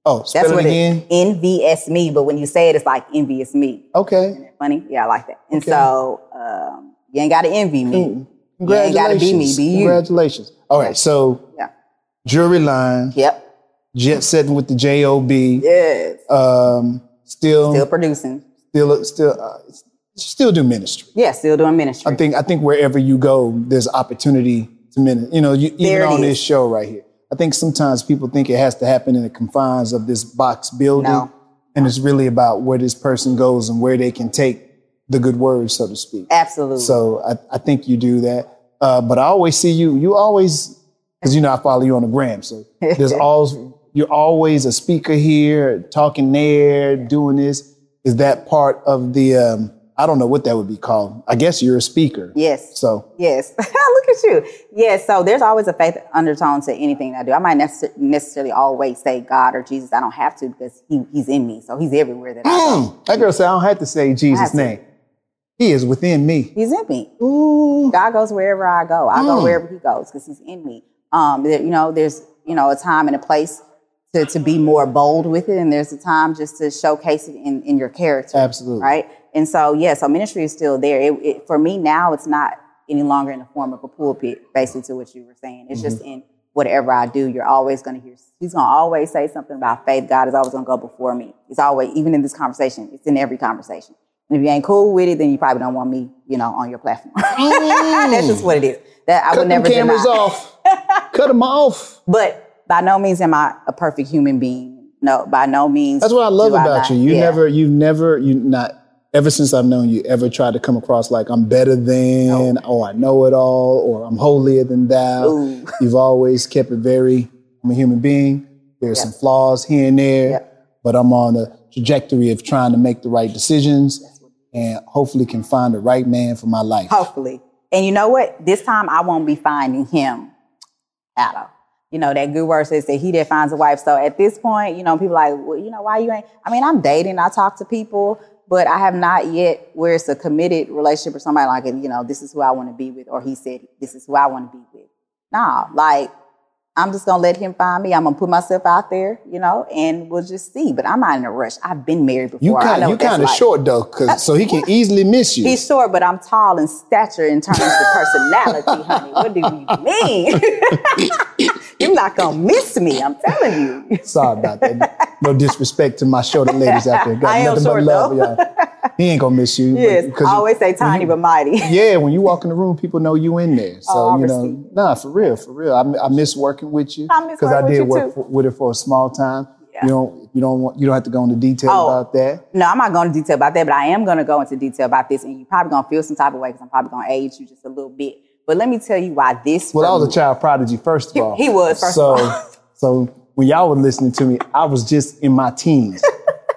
S1: Oh, spell
S2: E That's
S1: it
S2: what
S1: again.
S2: it envious me. E. But when you say it, it's like envious me.
S1: Okay.
S2: Funny, yeah, I like that. And
S1: Okay. Mm.
S2: so um, you ain't got to envy me. You ain't gotta be me, be you.
S1: Congratulations. All right, so
S2: Yeah.
S1: Jury Line,
S2: Yep.
S1: Jet Setting with the J-O-B,
S2: Yes.
S1: um, still,
S2: Still
S1: still,
S2: producing.
S1: still, uh, still do ministry.
S2: Yeah, still doing ministry.
S1: I think I think wherever you go, there's opportunity to minister. You know, you, even
S2: There it
S1: on
S2: is.
S1: this show right here. I think sometimes people think it has to happen in the confines of this box building,
S2: No.
S1: and it's really about where this person goes and where they can take the good word, so to speak.
S2: Absolutely.
S1: So I, I think you do that. Uh, but I always see you. You always, because you know I follow you on the gram. So there's always you're always a speaker here, talking there, doing this. Is that part of the? Um, I don't know what that would be called. I guess you're a speaker.
S2: yes.
S1: So
S2: Yes. Look at you. Yes. So there's always a faith undertone to anything I do. I might necess- necessarily always say God or Jesus. I don't have to because he, He's in me. So He's everywhere that I go.
S1: mm, that girl said, I don't have to say Jesus'
S2: have to.
S1: name. He is within me.
S2: He's in me.
S1: Ooh.
S2: God goes wherever I go. I
S1: Mm.
S2: go wherever He goes because He's in me. Um, there- you know, there's you know a time and a place to, to be more bold with it, and there's a time just to showcase it in, in your character,
S1: Absolutely.
S2: right? And so, yeah, so ministry is still there. It, it, for me now, it's not any longer in the form of a pulpit, basically to what you were saying. It's
S1: Mm-hmm.
S2: just in whatever I do. You're always going to hear. He's going to always say something about faith. God is always going to go before me. It's always even in this conversation. It's in every conversation. And if you ain't cool with it, then you probably don't want me, you know, on your platform. That's just what it is. That I
S1: Cut
S2: would
S1: them
S2: never
S1: cameras
S2: deny.
S1: off. Cut them off.
S2: But by no means am I a perfect human being. No, by no means.
S1: That's what I love
S2: do
S1: about
S2: not-
S1: you. You
S2: yeah.
S1: never, you never, you not ever since I've known you ever tried to come across like I'm better than, or I know it all, or I'm holier than thou.
S2: Oh. Ooh.
S1: You've always kept it very. I'm a human being. There's some flaws here and there, but I'm on a trajectory of trying to make the right decisions, and hopefully can find the right man for my life.
S2: Hopefully. And you know what? This time I won't be finding him, Adam. You know, that good word says that he that finds a wife. So at this point, you know, people like, well, you know, why you ain't? I mean, I'm dating, I talk to people, but I have not yet where it's a committed relationship or somebody like, you know, this is who I want to be with, or he said, this is who I want to be with. Nah, like, I'm just gonna let him find me. I'm gonna put myself out there, you know, and we'll just see. But I'm not in a rush. I've been married before.
S1: you
S2: I
S1: kind,
S2: know
S1: you
S2: what that's
S1: kind of
S2: like.
S1: short though, 'cause- so he can easily miss you.
S2: He's short, but I'm tall in stature in terms of personality, honey. What do you mean? You're not gonna miss me. I'm telling you.
S1: Sorry about that. No disrespect to my shorter ladies out there. Got
S2: I am
S1: nothing but
S2: short,
S1: love,
S2: though.
S1: y'all. He ain't gonna miss you.
S2: Yes,
S1: because
S2: I always say tiny but mighty.
S1: yeah, when you walk in the room, people know you in there. So
S2: Oh, I
S1: you know,
S2: receive.
S1: nah, for real, for real. I, m- I miss working with you
S2: I miss
S1: I
S2: working with
S1: did
S2: you,
S1: work
S2: too.
S1: for- with it for a small time. You don't, you don't want, you don't have to go into detail
S2: Oh.
S1: about that.
S2: No, I'm not going into detail about that, but I am going to go into detail about this, and you're probably going to feel some type of way because I'm probably going to age you just a little bit. But let me tell you why this.
S1: Well, I
S2: for
S1: was a
S2: me-
S1: child prodigy, first of
S2: He-
S1: all.
S2: he was, first
S1: so,
S2: of all.
S1: so when y'all were listening to me, I was just in my teens,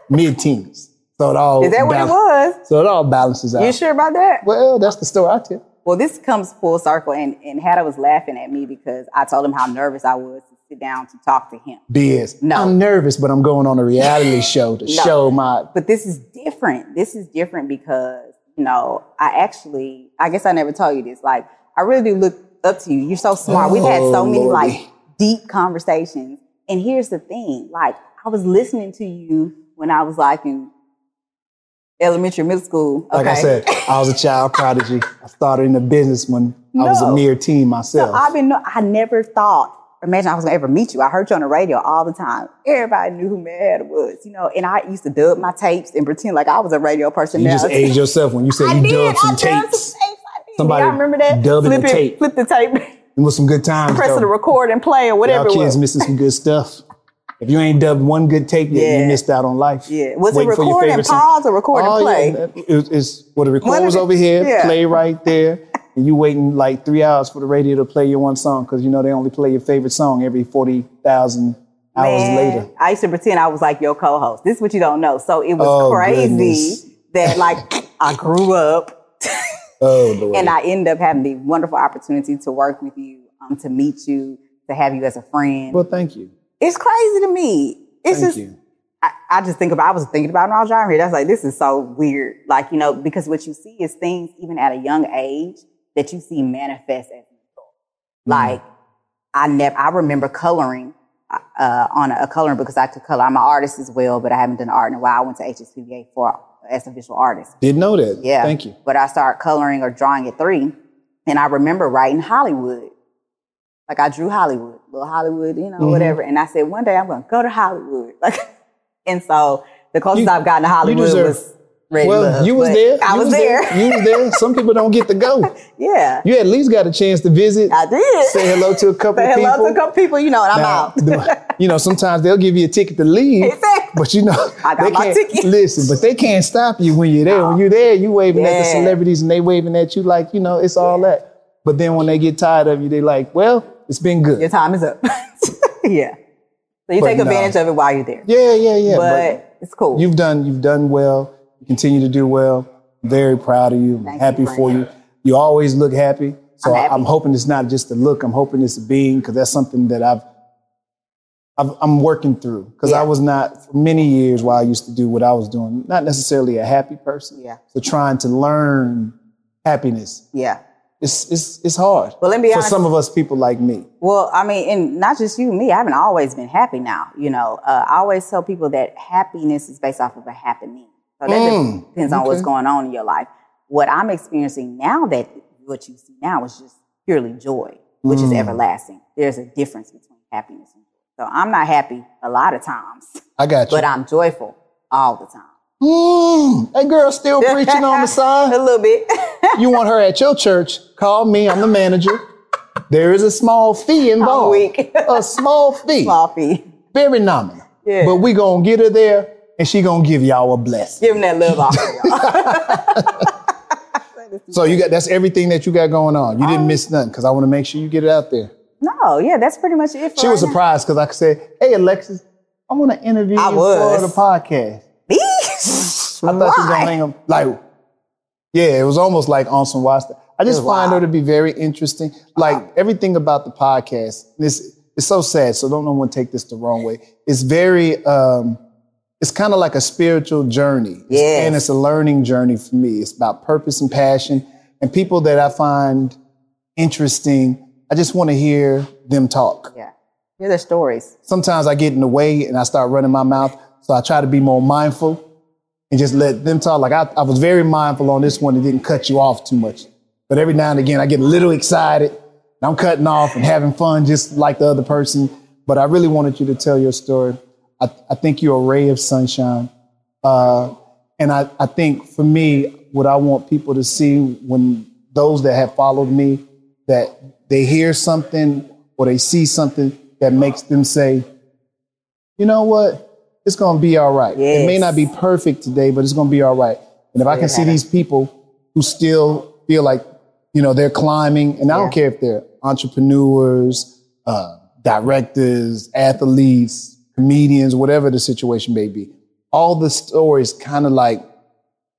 S1: mid teens. So it all
S2: Is that what it
S1: bal-
S2: was?
S1: So it all balances out.
S2: You sure about that?
S1: Well, that's the story I tell.
S2: Well, this comes full circle, and and Hada was laughing at me because I told him how nervous I was to sit down to talk to him.
S1: BS.
S2: No.
S1: I'm nervous, but I'm going on a reality show to show my.
S2: but this is different. This is different because, you know, I actually, I guess I never told you this. Like, I really do look up to you. You're so smart. We've had
S1: Oh,
S2: so many,
S1: Lordy.
S2: like, deep conversations. And here's the thing like, I was listening to you when I was, like, in elementary, middle school.
S1: Like I
S2: okay?
S1: said, I was a child prodigy. I started in the business when I was a
S2: No.
S1: mere teen myself.
S2: I've been, I never thought, imagine I was gonna ever meet you. I heard you on the radio all the time. Everybody knew who Mad was, you know, and I used to dub my tapes and pretend like I was a radio
S1: you
S2: personality.
S1: just aged yourself when you said you dubbed some
S2: I dubbed
S1: tapes.
S2: some tapes. I did.
S1: Somebody
S2: Y'all remember that?
S1: dubbing the
S2: flip it-
S1: tape.
S2: Flip the tape,
S1: It was some good times.
S2: press
S1: though.
S2: the record and play or
S1: Y'all
S2: whatever it
S1: kids
S2: was.
S1: missing some good stuff. If you ain't dubbed one good tape yet, you
S2: Yeah.
S1: missed out on life.
S2: Yeah. Was it
S1: Waiting for your
S2: record and
S1: favorite song.
S2: pause or record and
S1: Oh,
S2: play?
S1: yeah. It was- it's well, the
S2: One
S1: record
S2: of
S1: was
S2: the-
S1: over here,
S2: yeah.
S1: play right there, and you waiting like three hours for the radio to play your one song because you know they only play your favorite song every forty thousand hours
S2: Man,
S1: later.
S2: I used to pretend I was like your co-host. This is what you don't know. So it was
S1: Oh,
S2: crazy
S1: goodness.
S2: that like I grew up
S1: Oh Lord!
S2: and I ended up having the wonderful opportunity to work with you, um, to meet you, to have you as a friend.
S1: well, thank you,
S2: it's crazy to me. It's
S1: thank
S2: just
S1: you.
S2: I, I just think about I was thinking about it when I was driving here. That's like this is so weird. Like, you know, because what you see is things even at a young age that you see manifest as an adult. Like I never I remember coloring uh, on a, coloring because I could color. I'm an artist as well, but I haven't done art in a while. I went to HSPBA for as a visual artist.
S1: Didn't know that.
S2: Yeah.
S1: Thank you.
S2: But I started coloring or drawing at three. And I remember writing Hollywood. Like I drew Hollywood, little Hollywood, you
S1: Mm-hmm.
S2: know, whatever. And I said, one day I'm gonna go to Hollywood. Like, and so the closest
S1: You-
S2: I've gotten to Hollywood
S1: deserve-
S2: was Red
S1: Well,
S2: Love,
S1: you was
S2: but
S1: there.
S2: I
S1: You
S2: was, there.
S1: You was there. Some people don't get to go.
S2: yeah,
S1: You at least got a chance to visit.
S2: I did.
S1: Say hello to a couple
S2: Say
S1: of people.
S2: hello to a couple people, you know, and I'm
S1: Now,
S2: out.
S1: the- you know, sometimes they'll give you a ticket to leave.
S2: Exactly.
S1: But you know,
S2: I got
S1: they
S2: my
S1: can't,
S2: ticket.
S1: Listen, but they can't stop you when you're there. When you're there, you waving at the
S2: Yeah.
S1: celebrities and they waving at you like, you know, it's all that. But then when they get tired of you, they like, well, it's been good.
S2: Your time is up. yeah. So you
S1: But
S2: take
S1: no.
S2: advantage of it while you're there.
S1: Yeah, yeah, yeah.
S2: but it's cool.
S1: you've done you've done well. You continue to do well. Very proud of you. I'm
S2: Thank
S1: happy
S2: you,
S1: for you.
S2: Brandon.
S1: You always look happy. So
S2: I'm
S1: I-
S2: happy.
S1: I'm hoping it's not just a look. I'm hoping it's a being because that's something that I've, I've I'm working through. Because I
S2: Yeah.
S1: was not for many years while I used to do what I was doing. Not necessarily a happy person.
S2: Yeah.
S1: So trying to learn happiness.
S2: yeah.
S1: It's it's it's hard.
S2: Well, let me be
S1: for
S2: honest.
S1: some of us people like me.
S2: Well, I mean, and not just you, me. I haven't always been happy now. You know, uh, I always tell people that happiness is based off of a happening. So that
S1: Mm,
S2: depends on what's
S1: okay.
S2: going on in your life. What I'm experiencing now, that what you see now is just purely joy, which is
S1: Mm.
S2: everlasting. There's a difference between happiness and joy. So I'm not happy a lot of times,
S1: I got you.
S2: but I'm joyful all the time.
S1: Mm, that girl still preaching on the side.
S2: a little bit.
S1: you want her at your church, call me. I'm the manager. There is a small fee involved.
S2: weak.
S1: a small fee.
S2: Small fee.
S1: Very nominal.
S2: Yeah.
S1: But we going to get her there and she going to give y'all a blessing.
S2: Give them that love offering. y'all.
S1: So you got that's everything that you got going on. You didn't miss nothing cuz I want to make sure you get it out there.
S2: no, yeah, that's pretty much it. For
S1: She was
S2: right now.
S1: surprised cuz I said, "Hey Alexis, I want to interview
S2: I
S1: you
S2: was.
S1: for the podcast."
S2: These?
S1: I thought she was
S2: Why?
S1: gonna hang up. Like, yeah, it was almost like on some watch. I just
S2: Wow.
S1: find her to be very interesting. Like everything about the podcast, this it's so sad. So don't no one take this the wrong way. It's very, um, it's kind of like a spiritual journey. It's-
S2: Yes.
S1: and it's a learning journey for me. It's about purpose and passion, and people that I find interesting. I just want to hear them talk.
S2: Yeah. Hear their stories.
S1: sometimes I get in the way and I start running my mouth. So I try to be more mindful and just let them talk. Like I, I was very mindful on this one and didn't cut you off too much. But every now and again, I get a little excited and I'm cutting off and having fun just like the other person. But I really wanted you to tell your story. I, I think you're a ray of sunshine. Uh, and I, I think for me, what I want people to see when those that have followed me, that they hear something or they see something that makes them say, you know what? It's going to be all right. It may
S2: Yes.
S1: not be perfect today, but it's going to be all right. And if I can see these people who still feel like, you know, they're climbing, and I don't care if they're entrepreneurs, uh, directors, athletes, comedians, whatever the situation may be, all the stories kind of like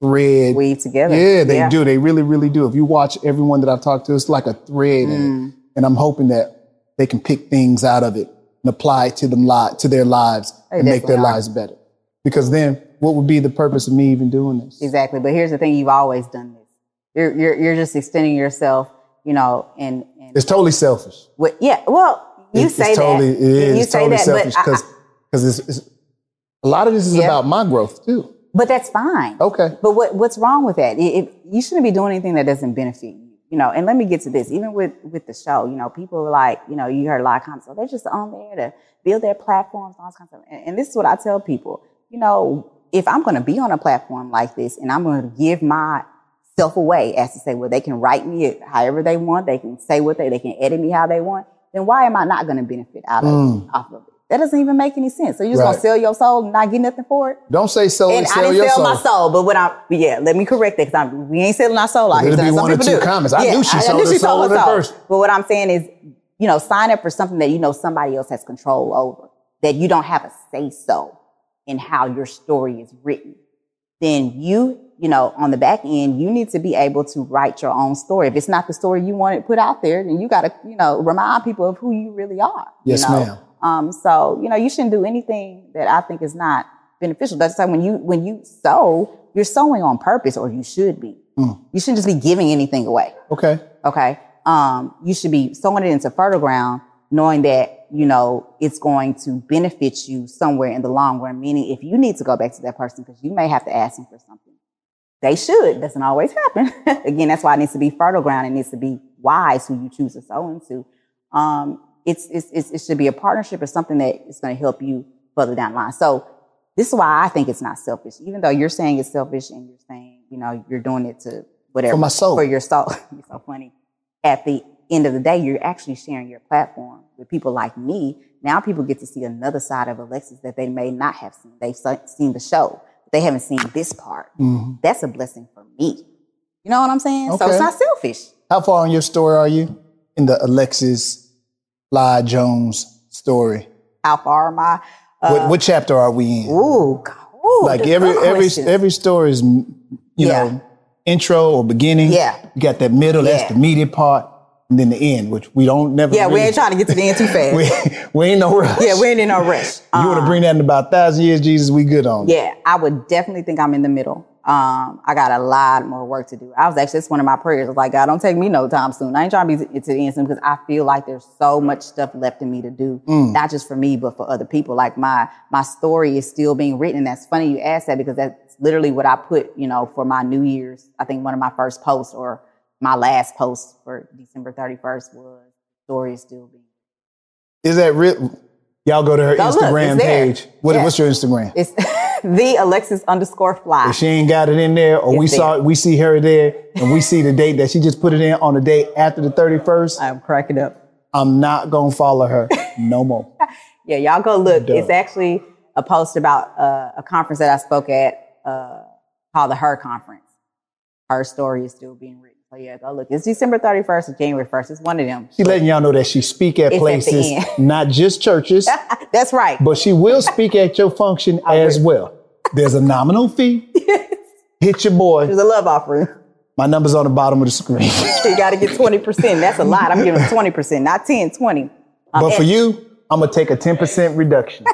S1: thread.
S2: Weave together.
S1: yeah, they do. They really, really do. If you watch everyone that I've talked to, it's like a thread.
S2: Mm.
S1: in it. And I'm hoping that they can pick things out of it and apply it to them li- to their lives and make their
S2: definitely are.
S1: lives better. Because then what would be the purpose of me even doing this?
S2: Exactly. But here's the thing you've always done this. You're, you're, you're just extending yourself, you know, and, and
S1: It's totally selfish.
S2: what, yeah, well, you
S1: It-
S2: say
S1: it's totally,
S2: that.
S1: It is
S2: you
S1: it's totally selfish
S2: but, I-
S1: because it's, it's a lot of this is
S2: Yeah.
S1: about my growth too.
S2: but that's fine.
S1: Okay.
S2: But what, what's wrong with that? It, it, you shouldn't be doing anything that doesn't benefit you. You know, and let me get to this. Even with with the show, you know, people are like, you know, you heard a lot of comments. Oh, they're just on there to build their platforms, all this kind of stuff. And, and this is what I tell people. You know, if I'm going to be on a platform like this, and I'm going to give myself away, as to say, well, they can write me however they want, they can say what they, they can edit me how they want. Then why am I not going to benefit out of off of it? That doesn't even make any sense. So you're just
S1: Right.
S2: gonna sell your soul and not get nothing for it?
S1: Don't say sell,
S2: And I
S1: sell
S2: didn't
S1: your
S2: sell
S1: soul.
S2: my soul, but what I yeah, let me correct that because we ain't selling our soul out here.
S1: It'll be
S2: Some
S1: one or
S2: people
S1: two
S2: do.
S1: comments. I knew she sold her soul in the first.
S2: But what I'm saying is, you know, sign up for something that you know somebody else has control over, that you don't have a say so in how your story is written. Then you, you know, on the back end, you need to be able to write your own story. If it's not the story you want to put out there, then you got to, you know, remind people of who you really are.
S1: Yes,
S2: you know?
S1: ma'am.
S2: Um, so you know, you shouldn't do anything that I think is not beneficial. That's like when you when you sow, you're sowing on purpose, or you should be.
S1: Hmm.
S2: You shouldn't just be giving anything away.
S1: okay.
S2: Okay. Um, you should be sowing it into fertile ground, knowing that, you know, it's going to benefit you somewhere in the long run. Meaning if you need to go back to that person, because you may have to ask them for something. They should. Doesn't always happen. Again, that's why it needs to be fertile ground. It needs to be wise who you choose to sow into. Um, it's, it's, it's, it should be a partnership or something that is going to help you further down the line. So this is why I think it's not selfish, even though you're saying it's selfish and you're saying, you know, you're doing it to whatever.
S1: For my soul.
S2: For your soul. you're so funny. At the end of the day, you're actually sharing your platform with people like me. Now people get to see another side of Alexis that they may not have seen. They've se- seen the show. They haven't seen this part.
S1: Mhm.
S2: That's a blessing for me. You know what I'm saying? So
S1: Okay.
S2: it's not selfish.
S1: How far in your story are you in the Alexis Fly Jones story?
S2: How far am I? uh,
S1: what, what chapter are we in?
S2: Ooh, God. Ooh,
S1: like
S2: the
S1: every
S2: good
S1: every
S2: questions.
S1: every story is you
S2: Yeah.
S1: know intro or beginning.
S2: Yeah.
S1: you got that middle.
S2: Yeah.
S1: That's the media part, and then the end, which we don't never.
S2: yeah, we
S1: really-
S2: ain't trying to get to the end too fast.
S1: We, we ain't no rush.
S2: yeah, we ain't uh-uh. in no rush.
S1: you want to bring that in about thousand years, Jesus? We good on. it.
S2: Yeah, I would definitely think I'm in the middle. Um, I got a lot more work to do. I was actually, it's one of my prayers. I was like, God, don't take me no time soon. I ain't trying to be t- to the end soon because I feel like there's so much stuff left in me to do, not just for me, but for other people. Like my, my story is still being written. And that's funny you asked that because that's literally what I put, you know, for my New Year's. I think one of my first posts or my last post for December 31st was story is still being
S1: Is that real? Y'all go to her
S2: Go look,
S1: Instagram
S2: it's there.
S1: page. What,
S2: Yeah.
S1: What's your Instagram?
S2: It's the Alexis underscore fly.
S1: If she ain't got it in there, or we
S2: It's
S1: saw we see her there, and we see the date that she just put it in on the day after the thirty first.
S2: I'm cracking up.
S1: I'm not gonna follow her no more.
S2: Yeah, y'all go look.
S1: Dope.
S2: It's actually a post about uh, a conference that I spoke at uh, called the Her Conference. Her story is still being written. So yeah, go look. It's December 31st or January 1st. It's one of them.
S1: She letting y'all know that she speak at
S2: It's at the
S1: places,
S2: end.
S1: not just churches.
S2: That's right.
S1: but she will speak at your function as well. There's a nominal fee. Hit your boy.
S2: There's a love offering.
S1: My number's on the bottom of the screen.
S2: You got to get 20%. That's a lot. I'm giving 20%, not 10, 20. Um,
S1: but for
S2: and-
S1: you, I'm gonna take a 10% reduction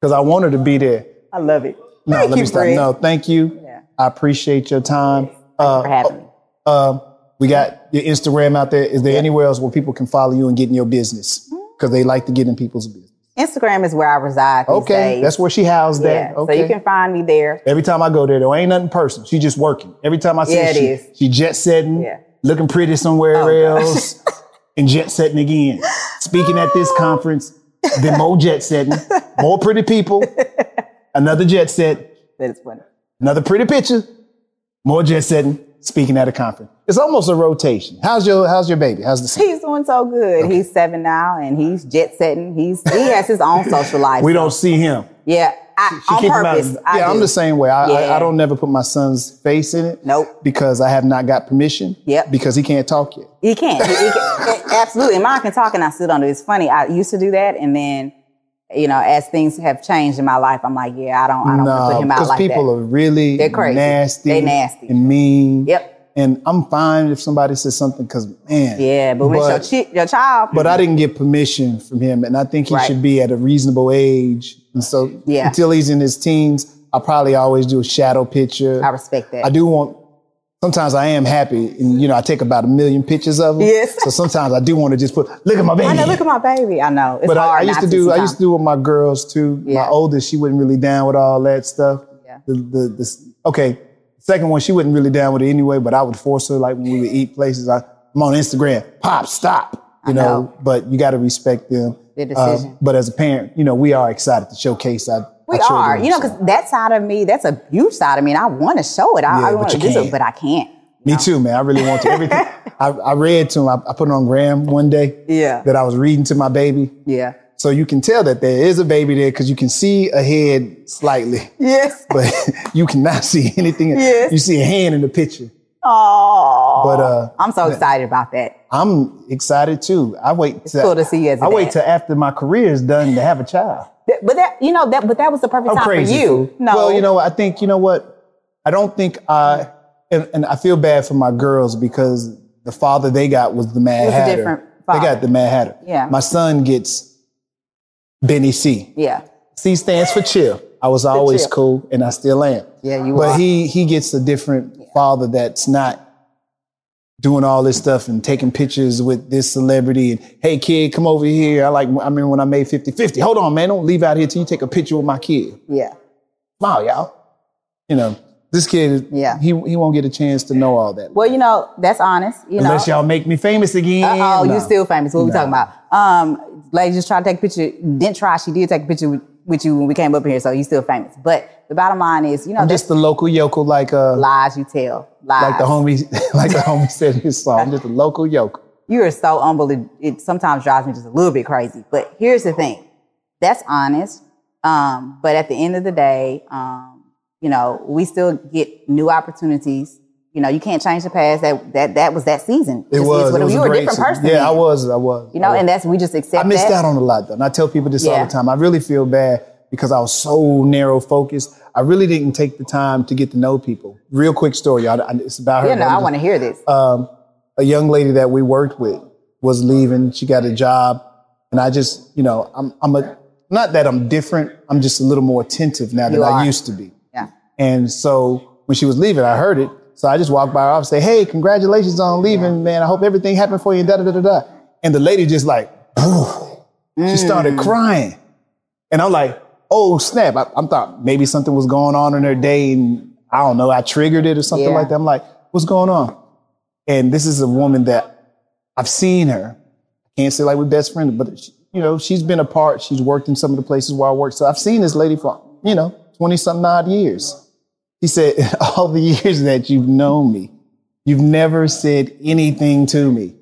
S1: because I want her to be there.
S2: I love it.
S1: No, let
S2: Thank you,
S1: me stop.
S2: Brett.
S1: No, thank you.
S2: Yeah.
S1: I appreciate your time.
S2: for having me.
S1: Uh, we got your Instagram out there. Is there anywhere else where people can follow you and get in your business?
S2: Mm-hmm.
S1: Because they like to get in people's business.
S2: Instagram is where I reside. These
S1: Okay,
S2: days.
S1: that's where she housed
S2: yeah.
S1: at. Okay.
S2: So you can find me there.
S1: Every time I go there, there ain't nothing personal. She just working. Every time I see
S2: Yeah,
S1: her,
S2: it
S1: she,
S2: is.
S1: she jet setting,
S2: Yeah.
S1: looking pretty somewhere
S2: Oh, gosh.
S1: else, and jet setting again. Speaking at this conference, then more jet setting, more pretty people, another jet set,
S2: That is funny.
S1: another pretty picture, more jet setting, speaking at a conference. It's almost a rotation. How's your How's your baby? How's the son?
S2: He's doing so good. He's seven now, and he's jet setting. He's he has his own social life.
S1: We don't see him.
S2: Yeah, I,
S1: She
S2: on
S1: keep him out
S2: purpose.
S1: of-
S2: I
S1: yeah,
S2: do.
S1: I'm the same way. I, I,
S2: Yeah.
S1: I don't never put my son's face in it.
S2: Nope.
S1: Because I have not got permission.
S2: Yep.
S1: Because he can't talk yet.
S2: He can. He, he can. a- Absolutely. And mine can talk, and I still don't do. it. It's funny. I used to do that, and then you know, as things have changed in my life, I'm like, yeah, I don't, I don't want to put him out
S1: because
S2: like
S1: people
S2: that.
S1: are really
S2: They're crazy.
S1: nasty.
S2: They nasty.
S1: and mean.
S2: Yep.
S1: And I'm fine if somebody says something because man.
S2: yeah, but when
S1: but,
S2: it's your, chi- your child,
S1: but I didn't get permission from him, and I think he
S2: Right.
S1: should be at a reasonable age. And so
S2: Yeah.
S1: until he's in his teens, I probably always do a shadow picture.
S2: I respect that.
S1: I do want. Sometimes I am happy, and you know I take about a million pictures of him.
S2: Yes.
S1: So sometimes I do want to just put, look at my baby.
S2: I know. Look at my baby. I know. It's
S1: But I,
S2: hard
S1: I used to
S2: not
S1: do. I used to
S2: sometimes.
S1: do with my girls too. My
S2: Yeah.
S1: oldest, she wasn't really down with all that stuff.
S2: Yeah.
S1: The, the, the s- okay, second one, she wasn't really down with it anyway. But I would force her like when we would eat places. I, I'm on Instagram. Pop, stop. You
S2: I
S1: know,
S2: know.
S1: But you got to respect them. Uh,
S2: Their decision.
S1: but as a parent, you know, we are excited to showcase our.
S2: We
S1: our children,
S2: are, you know,
S1: so.
S2: because that side of me, that's a huge side of me, and I want to show it. I,
S1: Yeah,
S2: I
S1: but
S2: want to
S1: you
S2: do
S1: can't.
S2: it, but I can't.
S1: Me too, man. I really want to. Everything I, I read to him, I, I put it on Graham one day.
S2: Yeah.
S1: That I was reading to my baby.
S2: Yeah.
S1: So you can tell that there is a baby there because you can see a head slightly,
S2: Yes.
S1: but you cannot see anything.
S2: Yes.
S1: You see a hand in the picture.
S2: Oh.
S1: But uh,
S2: I'm so excited about that.
S1: I'm excited too. I wait. To,
S2: cool to see you as a
S1: I wait
S2: dad.
S1: till after my career is done to have a child.
S2: Th- But that, you know, that, but that was the perfect
S1: I'm
S2: time
S1: Oh, crazy.
S2: for you.
S1: fool.
S2: No.
S1: Well, you know, I think you know what. I don't think I, and, and I feel bad for my girls because the father they got was the Mad
S2: It was a
S1: Hatter.
S2: different
S1: they
S2: father.
S1: got the Mad Hatter.
S2: Yeah.
S1: My son gets Benny C.
S2: Yeah.
S1: C stands for chill. I was always
S2: chill.
S1: cool, and I still am.
S2: Yeah, you
S1: but
S2: are.
S1: he he gets a different father that's not doing all this stuff and taking pictures with this celebrity and hey kid come over here i like i mean when i made 50 50 hold on man don't leave out here till you take a picture with my kid
S2: Yeah.
S1: wow y'all you know This kid,
S2: Yeah.
S1: he he won't get a chance to know all that.
S2: Well, you know, that's honest. You know,
S1: Unless y'all make me famous again.
S2: Oh,
S1: Nah.
S2: you still famous. What we talking about? Um, lady just tried to take a picture. Didn't try. She did take a picture with, with you when we came up here, so you still famous. But the bottom line is, you know,
S1: I'm
S2: that's
S1: just the local yokel, like uh,
S2: lies you tell. Lies.
S1: like the homie, like the homie said in his song. I'm just a local yokel.
S2: You are so unbelievable. It sometimes drives me just a little bit crazy. But here's the thing. That's honest. Um, but at the end of the day, um, you know, we still get new opportunities. You know, you can't change the past. That that that was that season.
S1: It
S2: Just
S1: was.
S2: what
S1: it was a
S2: you were a
S1: great
S2: different
S1: season.
S2: person.
S1: Yeah, I
S2: then,
S1: was. I was.
S2: You know,
S1: I was.
S2: and that's we just accept.
S1: I missed out
S2: that.
S1: on a lot though. And I tell people this all
S2: Yeah.
S1: the time. I really feel bad because I was so narrow focused. I really didn't take the time to get to know people. Real quick story. I, I- it's about her.
S2: You know, I want to hear this.
S1: Uh, a young lady that we worked with was leaving. She got a job, and I just, you know, I'm, I'm a not that I'm different. I'm just a little more attentive now than
S2: You
S1: I
S2: are.
S1: used to be.
S2: yeah.
S1: And so when she was leaving, I heard it. So I just walked by her office, say, "Hey, congratulations on leaving, man. I hope everything happened for you." And da da da da da. And the lady just like, she started crying, and I'm like, "Oh snap!" I, I thought maybe something was going on in her day, and I don't know, I triggered it or something
S2: Yeah.
S1: like that. I'm like, "What's going on?" And this is a woman that I've seen her. I can't say like we're best friends, but she, you know, she's been a part. She's worked in some of the places where I worked. So I've seen this lady for you know twenty something odd years. He said, All the years that you've known me, you've never said anything to me.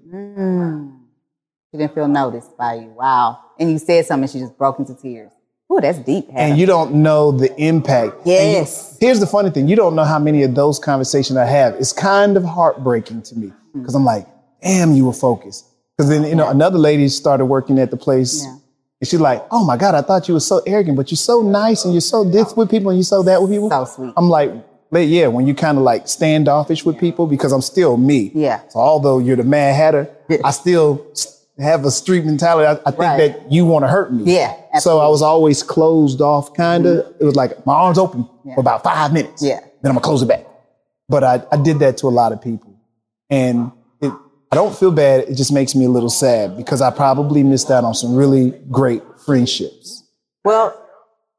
S2: She didn't feel noticed by you. Wow. And you said something, she just broke into tears. Ooh, that's deep. Hannah.
S1: And you don't know the impact. And you-
S2: Yes.
S1: here's the funny thing you don't know how many of those conversations I have. It's kind of heartbreaking to me because I'm like, Damn, you were focused. Because then, you know, another lady started working at the place.
S2: Yeah.
S1: And she's like, oh my God, I thought you were so arrogant, but you're so nice and you're so this with people and you're so that with people.
S2: So sweet.
S1: I'm like, like, yeah, when you kind of like standoffish with people because I'm still me.
S2: Yeah.
S1: So although you're the Mad Hatter,
S2: Yeah.
S1: I still s- have a street mentality. I, I think
S2: Right.
S1: that you want to hurt me.
S2: Yeah,
S1: So I was always closed off, kind of. It was like my arms open
S2: Mm-hmm. Yeah.
S1: for about five minutes.
S2: Yeah.
S1: Then I'm gonna close it back. But I, I did that to a lot of people, and it, I don't feel bad. It just makes me a little sad because I probably missed out on some really great friendships.
S2: well,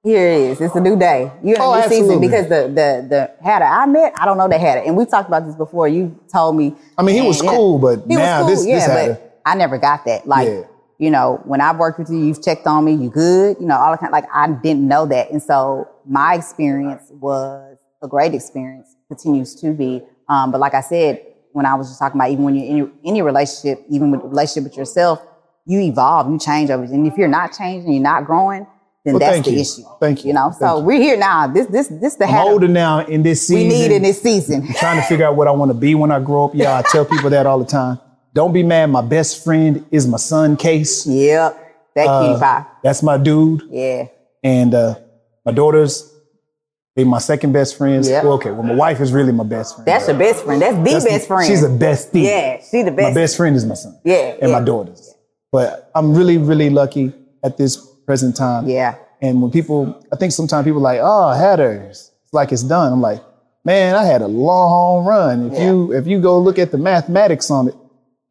S2: here it is. It's a new day. You're in a
S1: Oh,
S2: new season
S1: absolutely.
S2: because the the the hatter I met, I don't know the hatter. And we talked about this before. You told me.
S1: I mean, he
S2: Man,
S1: was
S2: yeah.
S1: cool, but
S2: He
S1: now
S2: was cool,
S1: this
S2: yeah,
S1: this hatter.
S2: but I never got that. Like,
S1: Yeah.
S2: you know, when I've worked with you, you've checked on me, you good, you know, all the kind like I didn't know that. And so my experience was a great experience, continues to be. Um, but like I said, when I was just talking about even when you're in any relationship, even with relationship with yourself, you evolve, you change over. And if you're not changing, you're not growing, then
S1: Well,
S2: that's
S1: thank
S2: the
S1: you.
S2: issue.
S1: Thank you.
S2: You know, so
S1: Thank you.
S2: we're here now. This this this the
S1: I'm
S2: hat
S1: older now in this
S2: we
S1: season.
S2: need in this season.
S1: trying to figure out what I want to be when I grow up. Yeah, I tell people that all the time. Don't be mad. My best friend is my son, Case.
S2: yep. That
S1: Uh,
S2: cutie pie.
S1: That's my dude.
S2: Yeah.
S1: And uh, my daughters, they my second best friends.
S2: Yeah.
S1: Well, okay, well, my wife is really my best friend.
S2: That's your best friend. That's the
S1: That's-
S2: best friend.
S1: She's a bestie.
S2: Yeah, she the
S1: Hmm. My
S2: best.
S1: best friend is my son.
S2: Yeah,
S1: And
S2: yeah.
S1: my daughters. But I'm really, really lucky at this present time.
S2: Yeah.
S1: And when people, I think sometimes people like, oh, Hatters, it's like it's done. I'm like, man, I had a long run. If
S2: Yeah.
S1: you if you go look at the mathematics on it,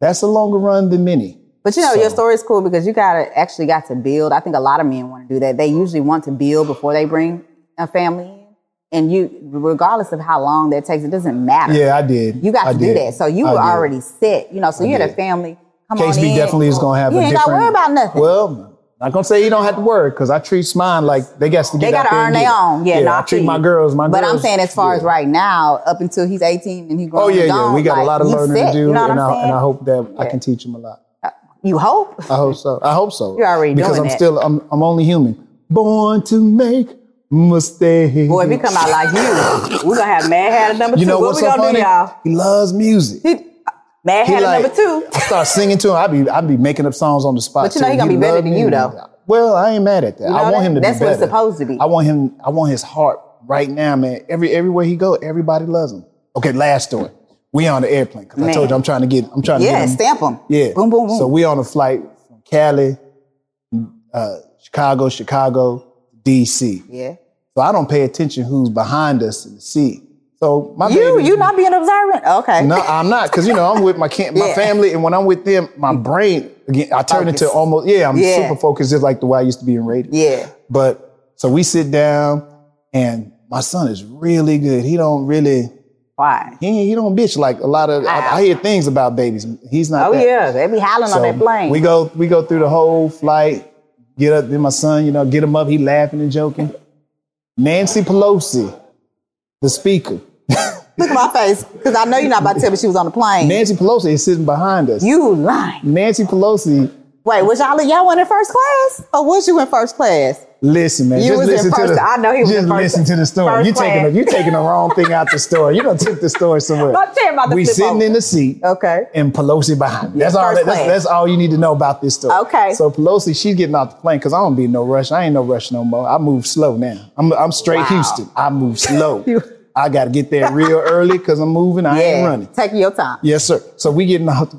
S1: that's a longer run than many.
S2: But you know, your
S1: So-
S2: story is cool because you gotta actually got to build. I think a lot of men want to do that. They usually want to build before they bring a family in. And you, regardless of how long that takes, it doesn't matter.
S1: Yeah, I did.
S2: You got
S1: I
S2: to
S1: did.
S2: do that. So you
S1: I
S2: were
S1: did.
S2: already set, you know, so you had a
S1: did.
S2: family. Come
S1: Case
S2: on
S1: B
S2: in.
S1: definitely is gonna have
S2: you
S1: a
S2: ain't
S1: different.
S2: gotta worry about nothing.
S1: Well, I'm not gonna say you don't have to worry because I treat mine like they got to get
S2: they
S1: out
S2: gotta
S1: there
S2: earn
S1: and
S2: their
S1: get it.
S2: own. Yeah, no,
S1: I treat
S2: feel
S1: my
S2: you.
S1: girls. My
S2: but
S1: girls.
S2: I'm saying, as far
S1: yeah.
S2: as right now, up until he's 18 and he grown
S1: Oh yeah, yeah,
S2: and gone,
S1: we got a
S2: like,
S1: lot of
S2: you
S1: learning
S2: set,
S1: to do,
S2: you know what
S1: and,
S2: I'm
S1: I,
S2: saying?
S1: and I hope that I
S2: Yeah.
S1: can teach them a lot.
S2: you hope.
S1: I hope so. I hope so.
S2: You're already
S1: because
S2: doing
S1: I'm
S2: that.
S1: still I'm I'm only human. Born to make mistakes.
S2: Boy, if he come out like you, we're gonna have Mad Hatter number
S1: you
S2: two.
S1: know
S2: what
S1: what's
S2: we
S1: so
S2: gonna
S1: funny?
S2: do, y'all?
S1: He loves music.
S2: He- Mad
S1: He
S2: Hatter
S1: like-
S2: number two.
S1: I start singing to him. I be I be making up songs on the spot.
S2: But you know
S1: too.
S2: he gonna be better
S1: love
S2: than you,
S1: music.
S2: though.
S1: Well, I ain't mad at that. I
S2: know
S1: want
S2: that?
S1: him to
S2: That's
S1: be
S2: what
S1: better.
S2: it's supposed to be.
S1: I want him. I want his heart right now, man. Every everywhere he go, everybody loves him. Okay, last story. We on the airplane because I
S2: Man.
S1: told you I'm trying to get. I'm trying to
S2: Yeah,
S1: get him.
S2: stamp him.
S1: Yeah.
S2: Boom, boom, boom.
S1: So we on a flight from Cali, uh, Chicago, Chicago, DC.
S2: yeah.
S1: So I don't pay attention who's behind us in the seat. So my
S2: You
S1: baby,
S2: you not being observant? Okay.
S1: no, I'm not because you know I'm with my kid, my
S2: Yeah.
S1: family, and when I'm with them, my brain again I turn into
S2: Focus.
S1: almost yeah I'm
S2: Yeah.
S1: super focused just like the way I used to be in radio.
S2: Yeah.
S1: But so we sit down and my son is really good. He don't really
S2: Why?
S1: he ain't- he don't bitch like a lot of I, I hear things about babies. He's not.
S2: Oh
S1: that.
S2: yeah, they be howling on that plane.
S1: We go we go through the whole flight. Get up, then my son, you know, get him up. He laughing and joking. Nancy Pelosi, the speaker.
S2: Look at my face, because I know you're not about to tell me she was on the plane.
S1: Nancy Pelosi is sitting behind us.
S2: you lying.
S1: Nancy Pelosi,
S2: Wait, was y'all y'all went in first class,
S1: Oh,
S2: or was you in first class?
S1: listen, man,
S2: You
S1: just
S2: was in
S1: listen to
S2: first-
S1: the.
S2: I know he was
S1: just
S2: in first-
S1: listen to the story.
S2: first
S1: You taking the,
S2: class.
S1: you taking the wrong thing out the story. You don't take the story somewhere.
S2: Don't tell me about the
S1: we
S2: flip
S1: sitting
S2: over.
S1: in the seat.
S2: Okay.
S1: and Pelosi behind. me. That's all.
S2: first
S1: That, that's,
S2: class.
S1: that's all you need to know about this story.
S2: Okay.
S1: So Pelosi, she's getting off the plane because I don't be in no rush. I ain't no rush no more. I move slow now. I'm I'm straight
S2: Wow.
S1: Houston. I move slow.
S2: You-
S1: I got to get there real early because I'm moving. I ain't running.
S2: Taking your time.
S1: Yes, sir. So we getting out.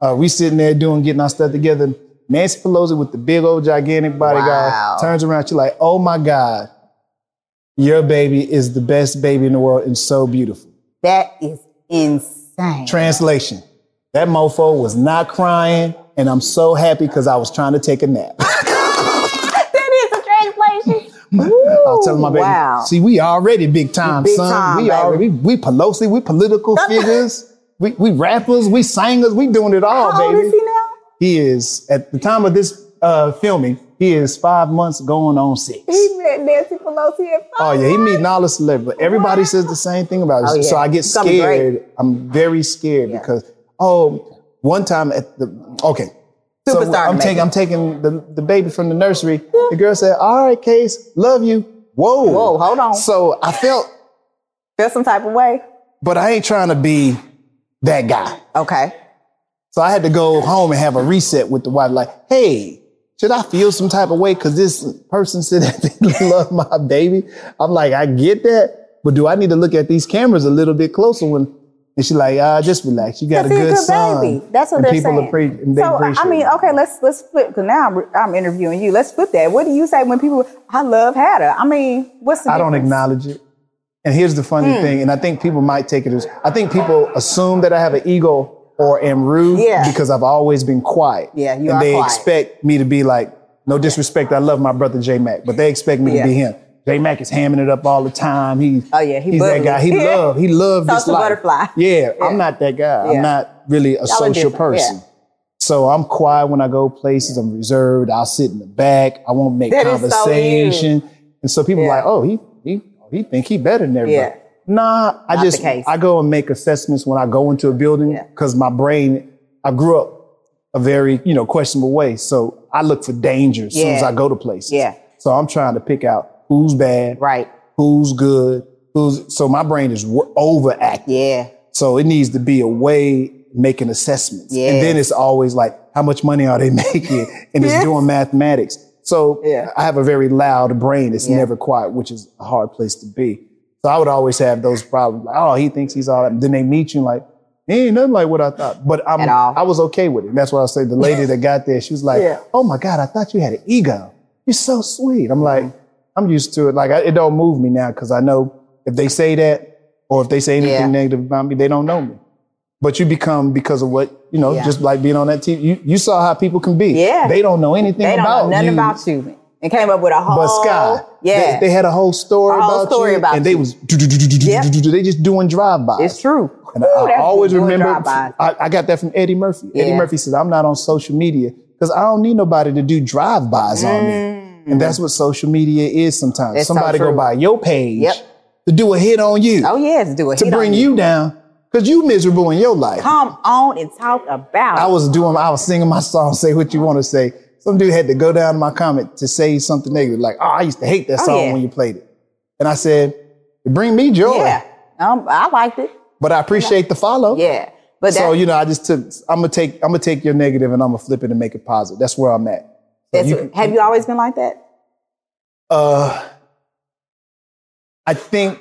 S1: Uh, we sitting there doing getting our stuff together. Nancy Pelosi with the big old gigantic bodyguard
S2: Wow.
S1: turns around. She's like, "Oh my God, your baby is the best baby in the world and so beautiful."
S2: That is insane.
S1: Translation. That mofo was not crying, and I'm so happy because I was trying to take a nap.
S2: that is a translation.
S1: I was telling my baby,
S2: wow.
S1: see, we already big time,
S2: Big
S1: son.
S2: time,
S1: we
S2: baby.
S1: already we Pelosi, we political figures, we, we rappers, we singers, we doing it all,
S2: How old
S1: baby.
S2: is he now?
S1: He is at the time of this uh, filming, he is five months going on six.
S2: He met Nancy Pelosi at
S1: Oh yeah, he meeting all the celebrities. But everybody says the same thing about it.
S2: Oh, yeah.
S1: So I get
S2: It's gonna be great.
S1: scared. I'm very scared
S2: Yeah.
S1: because oh, one time at the okay. So
S2: Superstar
S1: I'm
S2: to
S1: taking
S2: make
S1: I'm taking the, the baby from the nursery. The girl said, "All right, Case, love you." Whoa,
S2: Whoa, hold on.
S1: So I felt,
S2: Feel some type of way.
S1: but I ain't trying to be that guy.
S2: Okay.
S1: So I had to go home and have a reset with the wife. Like, hey, should I feel some type of way? Cause this person said that they love my baby. I'm like, I get that, but do I need to look at these cameras a little bit closer when? And she's like, ah, just relax. You got a
S2: That's
S1: good, son.
S2: baby. That's what
S1: and
S2: they're
S1: people
S2: saying.
S1: appre- and they
S2: so I-
S1: appreciate
S2: I mean,
S1: it.
S2: okay, let's let's flip. Because now I'm, I'm interviewing you. Let's flip that. What do you say when people? I love Hatter. I mean, what's the?
S1: I don't
S2: difference? Hmm.
S1: acknowledge it. And here's the funny thing, and I think people might take it as I think people assume that I have an ego or am rude
S2: Yeah.
S1: because I've always been quiet.
S2: Yeah, you
S1: and
S2: are
S1: they
S2: quiet.
S1: expect me to be like, no disrespect, I love my brother J Mac, but they expect me
S2: Yeah.
S1: to be him. J Mac is hamming it up all the time. He,
S2: Oh, yeah, he
S1: he's
S2: bubbly.
S1: that guy. He
S2: Yeah.
S1: love he loved this
S2: Social
S1: life.
S2: butterfly.
S1: Yeah,
S2: Yeah.
S1: I'm not that guy.
S2: Yeah.
S1: I'm not really a social
S2: different,
S1: person.
S2: yeah.
S1: So I'm quiet when I go places. I'm reserved. I'll sit in the back. I won't make
S2: That is so you.
S1: conversation. and so people
S2: Yeah.
S1: like, oh, he he he think he better than everybody.
S2: Yeah.
S1: Nah, I
S2: Not the
S1: just
S2: case.
S1: I go and make assessments when I go into a building
S2: Yeah.
S1: because my brain I grew up a very you know questionable way, so I look for danger as soon as
S2: Yeah.
S1: I go to places.
S2: Yeah.
S1: So I'm trying to pick out who's bad,
S2: Right.
S1: who's good, who's so my brain is wo- overactive.
S2: Yeah.
S1: So it needs to be a way making assessments. And then it's always like, how much money are they making? And it's
S2: Yes.
S1: doing mathematics. So
S2: Yeah.
S1: I have a very loud brain. It's
S2: Yeah.
S1: never quiet, which is a hard place to be. So I would always have those problems. Like, oh, he thinks he's all that. Then they meet you and like, he ain't nothing like what I thought. But I'm,
S2: At all.
S1: I was okay with it. And that's why I say the lady that got there, she was like,
S2: Yeah.
S1: oh my God, I thought you had an ego. You're so sweet. I'm like, I'm used to it. Like I, it don't move me now because I know if they say that or if they say anything
S2: Yeah.
S1: negative about me, they don't know me. But you become because of what you know,
S2: Yeah.
S1: just like being on that TV. You, you saw how people can be.
S2: Yeah.
S1: they don't know anything
S2: They don't
S1: about
S2: know nothing
S1: you.
S2: about you, and came up with a whole.
S1: But Sky,
S2: Yeah.
S1: they, they had a whole story
S2: A whole
S1: about
S2: story
S1: you,
S2: about
S1: and they
S2: you.
S1: was do- do- do- do- do- do-
S2: Yep.
S1: do- do- they just doing drive by.
S2: it's true.
S1: And
S2: Ooh,
S1: I
S2: that's
S1: always
S2: doing
S1: remember,
S2: drive-bys.
S1: I, I got that from Eddie Murphy. Eddie
S2: Yeah.
S1: Murphy says, I'm not on social media because I don't need nobody to do drive bys on me. And that's what social media is sometimes.
S2: That's Mm. so
S1: Somebody go
S2: true.
S1: by your page
S2: Yep.
S1: to do a hit on you,
S2: Oh yes, do it.
S1: to bring you down because you miserable in your life.
S2: come on and talk about.
S1: I
S2: it.
S1: was doing, I was singing my song, Say What You Want to Say. Some dude had to go down to my comment to say something negative, like, oh, I used to hate that
S2: Oh,
S1: song
S2: yeah.
S1: when you played it. And I said, it bring me joy,
S2: yeah. Um, I liked it.
S1: but I appreciate the follow.
S2: Yeah. But
S1: So
S2: that-
S1: you know, I just took. I'm gonna take. I'm gonna take your negative and I'm gonna flip it and make it positive. That's where I'm at.
S2: that's
S1: you
S2: what-
S1: can-
S2: have you always been like that?
S1: Uh, I think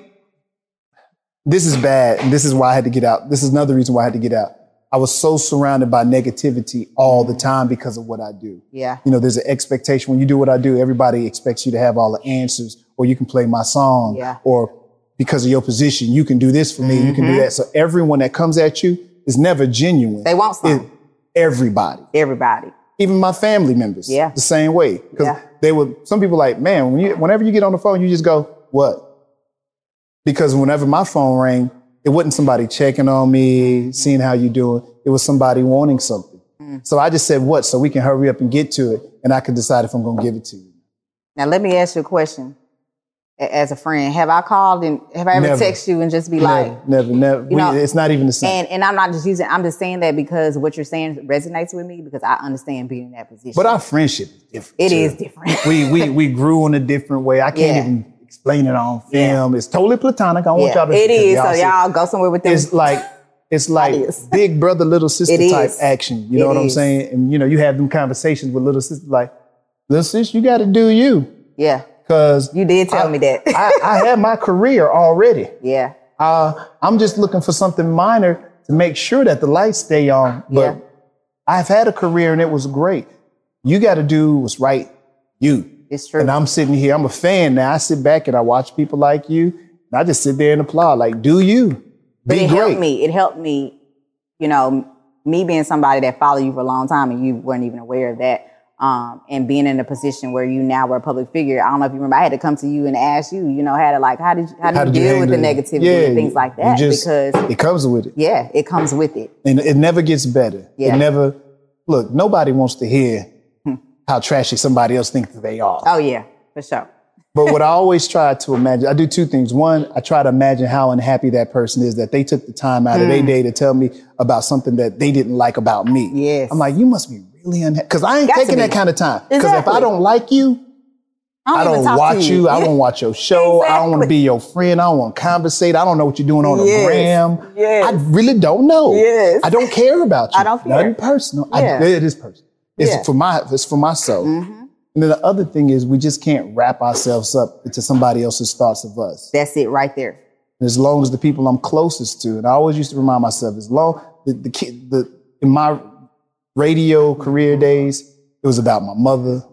S1: this is bad. And this is why I had to get out. This is another reason why I had to get out. I was so surrounded by negativity all the time because of what I do.
S2: Yeah.
S1: You know, there's an expectation when you do what I do, everybody expects you to have all the answers, or you can play my song,
S2: Yeah.
S1: or because of your position, you can do this for me, you can do that. So everyone that comes at you is never genuine.
S2: Mm-hmm. They want some.
S1: It- everybody
S2: Everybody.
S1: even my family members.
S2: Yeah.
S1: The same way. Because
S2: Yeah.
S1: they would, some people like, man, when you, whenever you get on the phone, you just go, what? because whenever my phone rang, it wasn't somebody checking on me, seeing how you doing. It was somebody wanting something.
S2: Mm.
S1: So I just said, what? So we can hurry up and get to it. And I can decide if I'm going to give it to you.
S2: Now let me ask you a question. A- As a friend, have I called and have I ever
S1: Never.
S2: texted you and just be like,
S1: never, never, never. We-
S2: know,
S1: it's not even the same.
S2: and and I'm not just using, I'm just saying that because what you're saying resonates with me because I understand being in that position.
S1: But our friendship is different.
S2: It
S1: too.
S2: is different.
S1: we we we grew in a different way. I can't
S2: Yeah.
S1: even explain it on film. It's totally platonic. I don't want
S2: yeah,
S1: y'all to
S2: it is. So
S1: see-
S2: y'all go somewhere with this.
S1: It's like it's like
S2: is.
S1: big brother little sister
S2: It
S1: type
S2: is.
S1: action. You know
S2: It
S1: what I'm
S2: is.
S1: saying? And you know you have them conversations with little sister like, little sis, you got to do you
S2: Yeah,
S1: because
S2: you did tell me that.
S1: I, I had my career already.
S2: yeah,
S1: Uh, I'm just looking for something minor to make sure that the lights stay on. But
S2: Yeah.
S1: I've had a career and it was great. You got to do what's right, you.
S2: it's true.
S1: And I'm sitting here, I'm a fan now. I sit back and I watch people like you, and I just sit there and applaud. Like, do you?
S2: but
S1: Be
S2: it
S1: great.
S2: helped me. It helped me. You know, me being somebody that followed you for a long time and you weren't even aware of that. Um, and being in a position where you now were a public figure, I don't know if you remember, I had to come to you and ask you, you know, how to like, how did you, how do
S1: How
S2: you
S1: did you
S2: deal with the
S1: handle it?
S2: negativity
S1: Yeah,
S2: and things like
S1: you
S2: that?
S1: just-
S2: because
S1: It comes with it.
S2: yeah, it comes with it.
S1: And it never gets better.
S2: Yeah. Hmm.
S1: It never, look, nobody wants to hear how trashy somebody else thinks that they are.
S2: Oh yeah, for sure.
S1: But what I always try to imagine, I do two things. One, I try to imagine how unhappy that person is that they took the time out of
S2: Hmm.
S1: their day to tell me about something that they didn't like about me.
S2: Yes.
S1: I'm like, you must be really unhappy. Cause I ain't
S2: Got to
S1: taking that
S2: be.
S1: kind of time. Cause if
S2: Exactly.
S1: I don't like you, I
S2: even
S1: don't
S2: talk to
S1: watch you. I
S2: Yeah.
S1: don't watch your show. I don't want to be your friend. I don't want to conversate. I don't know what you're doing on
S2: Yes.
S1: a gram.
S2: Yes.
S1: I really don't know.
S2: Yes.
S1: I don't care about you.
S2: I don't care.
S1: Nothing personal. I-
S2: Yeah.
S1: it is personal. It's
S2: Yeah. Mm-hmm.
S1: for my it's for myself. And then the other thing is we just can't wrap ourselves up into somebody else's thoughts of us.
S2: That's it right there.
S1: And as long as the people I'm closest to, and I always used to remind myself, as long the the, kid, the in my radio career days, it was about my mother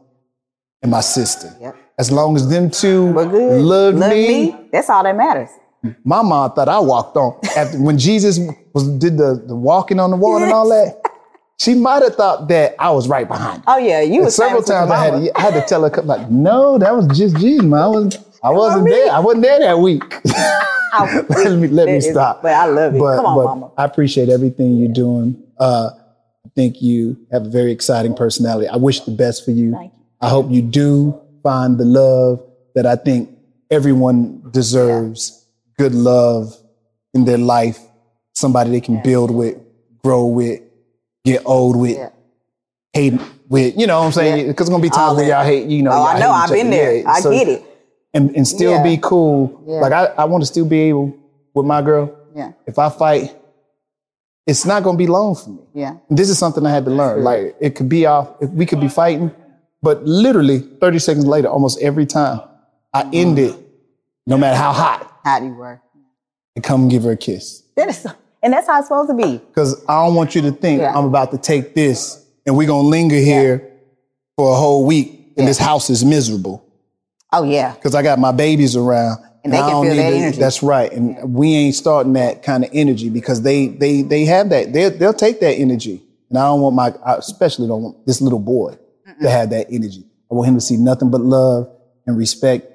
S1: and my sister.
S2: Yep.
S1: As long as them two
S2: We're good.
S1: loved
S2: Love
S1: me,
S2: That's all that matters.
S1: my mom thought I walked on after when Jesus was did the, the walking on the water and all that. She might have thought that I was right behind. her.
S2: Oh yeah, you was
S1: Several
S2: famous
S1: times
S2: with your
S1: I had,
S2: mama.
S1: to, I had to tell her like, no, that was just Jesus. Man. I was I wasn't
S2: me.
S1: there. I wasn't there that week.
S2: I-
S1: let me let
S2: That
S1: me
S2: is-
S1: stop.
S2: But I love it. Come on, mama.
S1: I appreciate everything you're doing. Uh, I think you have a very exciting personality. I wish the best for you.
S2: Thank you.
S1: I hope you do find the love that I think everyone deserves. Good love in their life, somebody they can build with, grow with, get old with,
S2: Yeah.
S1: hate with. You know what I'm saying?
S2: Yeah.
S1: Because it's gonna be times
S2: All
S1: when
S2: that.
S1: y'all hate. You know,
S2: Oh,
S1: y'all
S2: I know.
S1: hate each
S2: I've been
S1: other.
S2: there.
S1: Yeah,
S2: I
S1: so-
S2: get it.
S1: and, and still
S2: Yeah.
S1: be cool.
S2: Yeah.
S1: Like I, I want to still be able with my girl.
S2: Yeah.
S1: If I fight, it's not gonna be long for me.
S2: Yeah.
S1: This is something I had to learn. Like it could be off, if we could be fighting, but literally 30 seconds later, almost every time, I end it, no matter how hot,
S2: How do you work?
S1: and come give her a kiss.
S2: That is, and that's how it's supposed to be.
S1: Cause I don't want you to think
S2: Yeah.
S1: I'm about to take this and we're gonna linger here for a whole week and this house is miserable.
S2: Oh yeah.
S1: because I got my babies around.
S2: And they
S1: I
S2: can
S1: don't
S2: feel
S1: need
S2: that
S1: to-
S2: energy.
S1: That's right. And we ain't starting that kind of energy because they they they have that. They they'll take that energy. And I don't want my, I especially don't want this little boy to have that energy. I want him to see nothing but love and respect.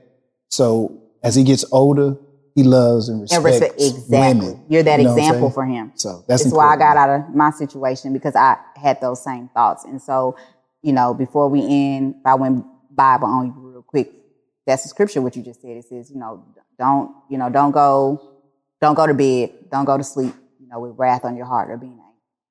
S1: So as he gets older, he loves and
S2: And
S1: respects
S2: respect. Exactly.
S1: women.
S2: You're that
S1: You know what I'm
S2: example
S1: saying?
S2: for him.
S1: So that's
S2: That's why I
S1: important.
S2: got out of my situation because I had those same thoughts. And so, you know, before we end, if I went Bible on you real quick, that's the scripture what you just said. It says, you know, don't, you know, don't go, don't go to bed, don't go to sleep, you know, with wrath on your heart or being angry.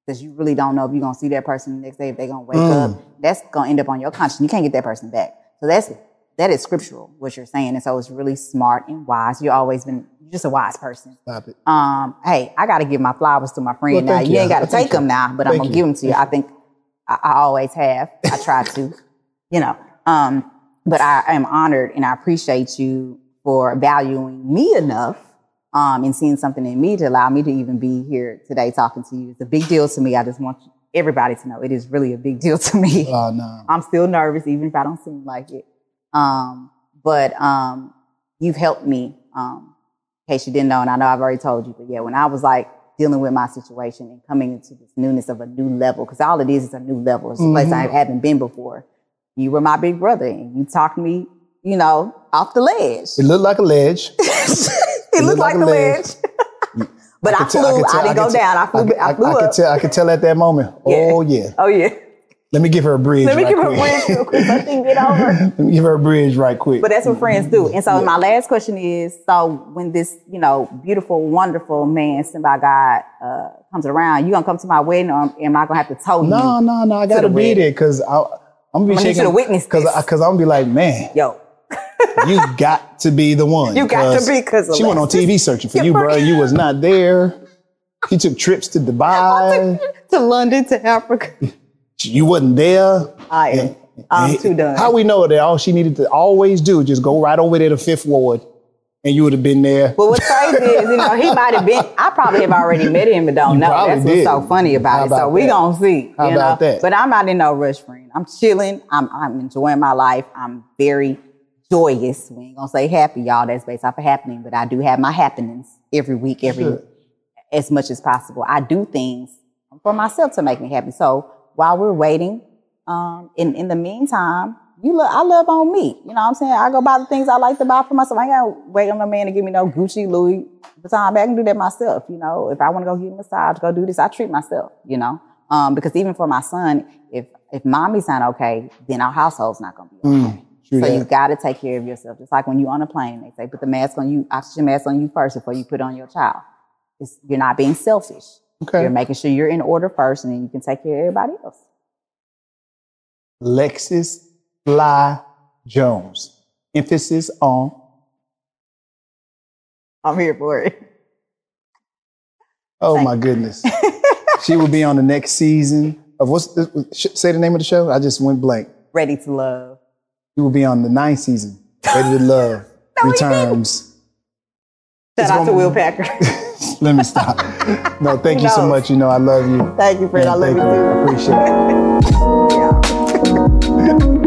S2: Because you really don't know if you're gonna see that person the next day, if they're gonna wake
S1: Mm.
S2: up. That's gonna end up on your conscience. You can't get that person back. So that's that is scriptural, what you're saying. And so it's really smart and wise. You've always been you're just a wise person
S1: Stop it.
S2: um, hey, I got to give my flowers to my friend
S1: Well,
S2: now.
S1: thank
S2: You,
S1: you.
S2: ain't got to
S1: Thank
S2: take them
S1: you.
S2: now, but I'm
S1: Thank
S2: gonna
S1: you.
S2: give them to you. I think I, I always have. I try to, you know. Um, but I am honored and I appreciate you for valuing me enough um, and seeing something in me to allow me to even be here today talking to you. It's a big deal to me. I just want everybody to know it is really a big deal to me.
S1: Oh, no.
S2: I'm still nervous, even if I don't seem like it. Um, but um, you've helped me. Um, in case you didn't know, and I know I've already told you, but yeah, when I was like dealing with my situation and coming into this newness of a new level, because all it is is a new level. It's a place I haven't been before. You were my big brother, and you talked me, you know, off the ledge.
S1: It looked like a ledge.
S2: It, looked, like, a ledge. but I,
S1: could
S2: flew.
S1: tell- could
S2: I
S1: tell-
S2: didn't
S1: could
S2: go
S1: tell-
S2: down. I flew.
S1: could-
S2: I, flew
S1: I could
S2: up.
S1: tell. I could tell at that moment. Oh yeah.
S2: Oh yeah.
S1: Let me give her a bridge.
S2: Let me
S1: right
S2: give her a
S1: quick.
S2: bridge real quick. Let me get over.
S1: Let me give her a bridge right quick.
S2: But that's what friends do. And so my last question is: So when this, you know, beautiful, wonderful man sent by God uh, comes around, you gonna come to my wedding, or am I gonna have to tow you?
S1: no, no, no. I gotta
S2: the
S1: be
S2: wedding.
S1: there because I'm gonna be
S2: I need you
S1: shaking.
S2: to witness
S1: because
S2: this.
S1: I'm gonna be like, man,
S2: Yo,
S1: you got to be the one.
S2: You got to be 'cause of
S1: she went on
S2: Alexis.
S1: TV searching for
S2: Yeah,
S1: you,
S2: bro.
S1: bro. You was not there. She took trips to Dubai.
S2: to London, to Africa.
S1: you wasn't there.
S2: I am. I'm too done.
S1: How we know that all she needed to always do is just go right over there to Fifth Ward, and you would have been there.
S2: But what's crazy is, you know, he might have been. I probably have already met him, but don't know.
S1: probably
S2: That's
S1: did.
S2: what's so funny about
S1: How
S2: it.
S1: about
S2: so we
S1: that?
S2: gonna see.
S1: How
S2: you
S1: about
S2: know?
S1: that?
S2: But I'm not in no rush, friend. I'm chilling. I'm I'm enjoying my life. I'm very joyous. We ain't gonna say happy, y'all. That's based off of happening, but I do have my happenings every week, every
S1: Sure.
S2: as much as possible. I do things for myself to make me happy. So while we're waiting, um, in in the meantime, you look, I love on me. You know what I'm saying? I go buy the things I like to buy for myself. I ain't gotta wait on no man to give me no Gucci, Louis Vuitton. I can do that myself. You know, if I want to go get a massage, go do this. I treat myself. You know, um, because even for my son, if if mommy's not okay, then our household's not gonna be. Okay.
S1: Mm, true
S2: So
S1: that.
S2: you got to take care of yourself. Just like when you're on a plane, they say put the mask on you, oxygen mask on you first before you put it on your child. It's, you're not being selfish.
S1: okay.
S2: You're making sure you're in order first, and then you can take care of everybody else.
S1: Lexus Fly Jones. Emphasis on
S2: I'm here for it.
S1: Oh
S2: Thank
S1: my goodness. she will be on the next season of what's the, sh- say the name of the show? I just went blank.
S2: Ready to love.
S1: She will be on the ninth season. Ready to Love
S2: No, he didn't.
S1: returns.
S2: Shout
S1: It's
S2: out to
S1: gonna-
S2: Will Packer.
S1: Let me stop. No, thank you so
S2: knows?
S1: much. You know I love you.
S2: Thank you, Fred. I love
S1: Thank
S2: you too.
S1: Appreciate it.
S2: Yeah.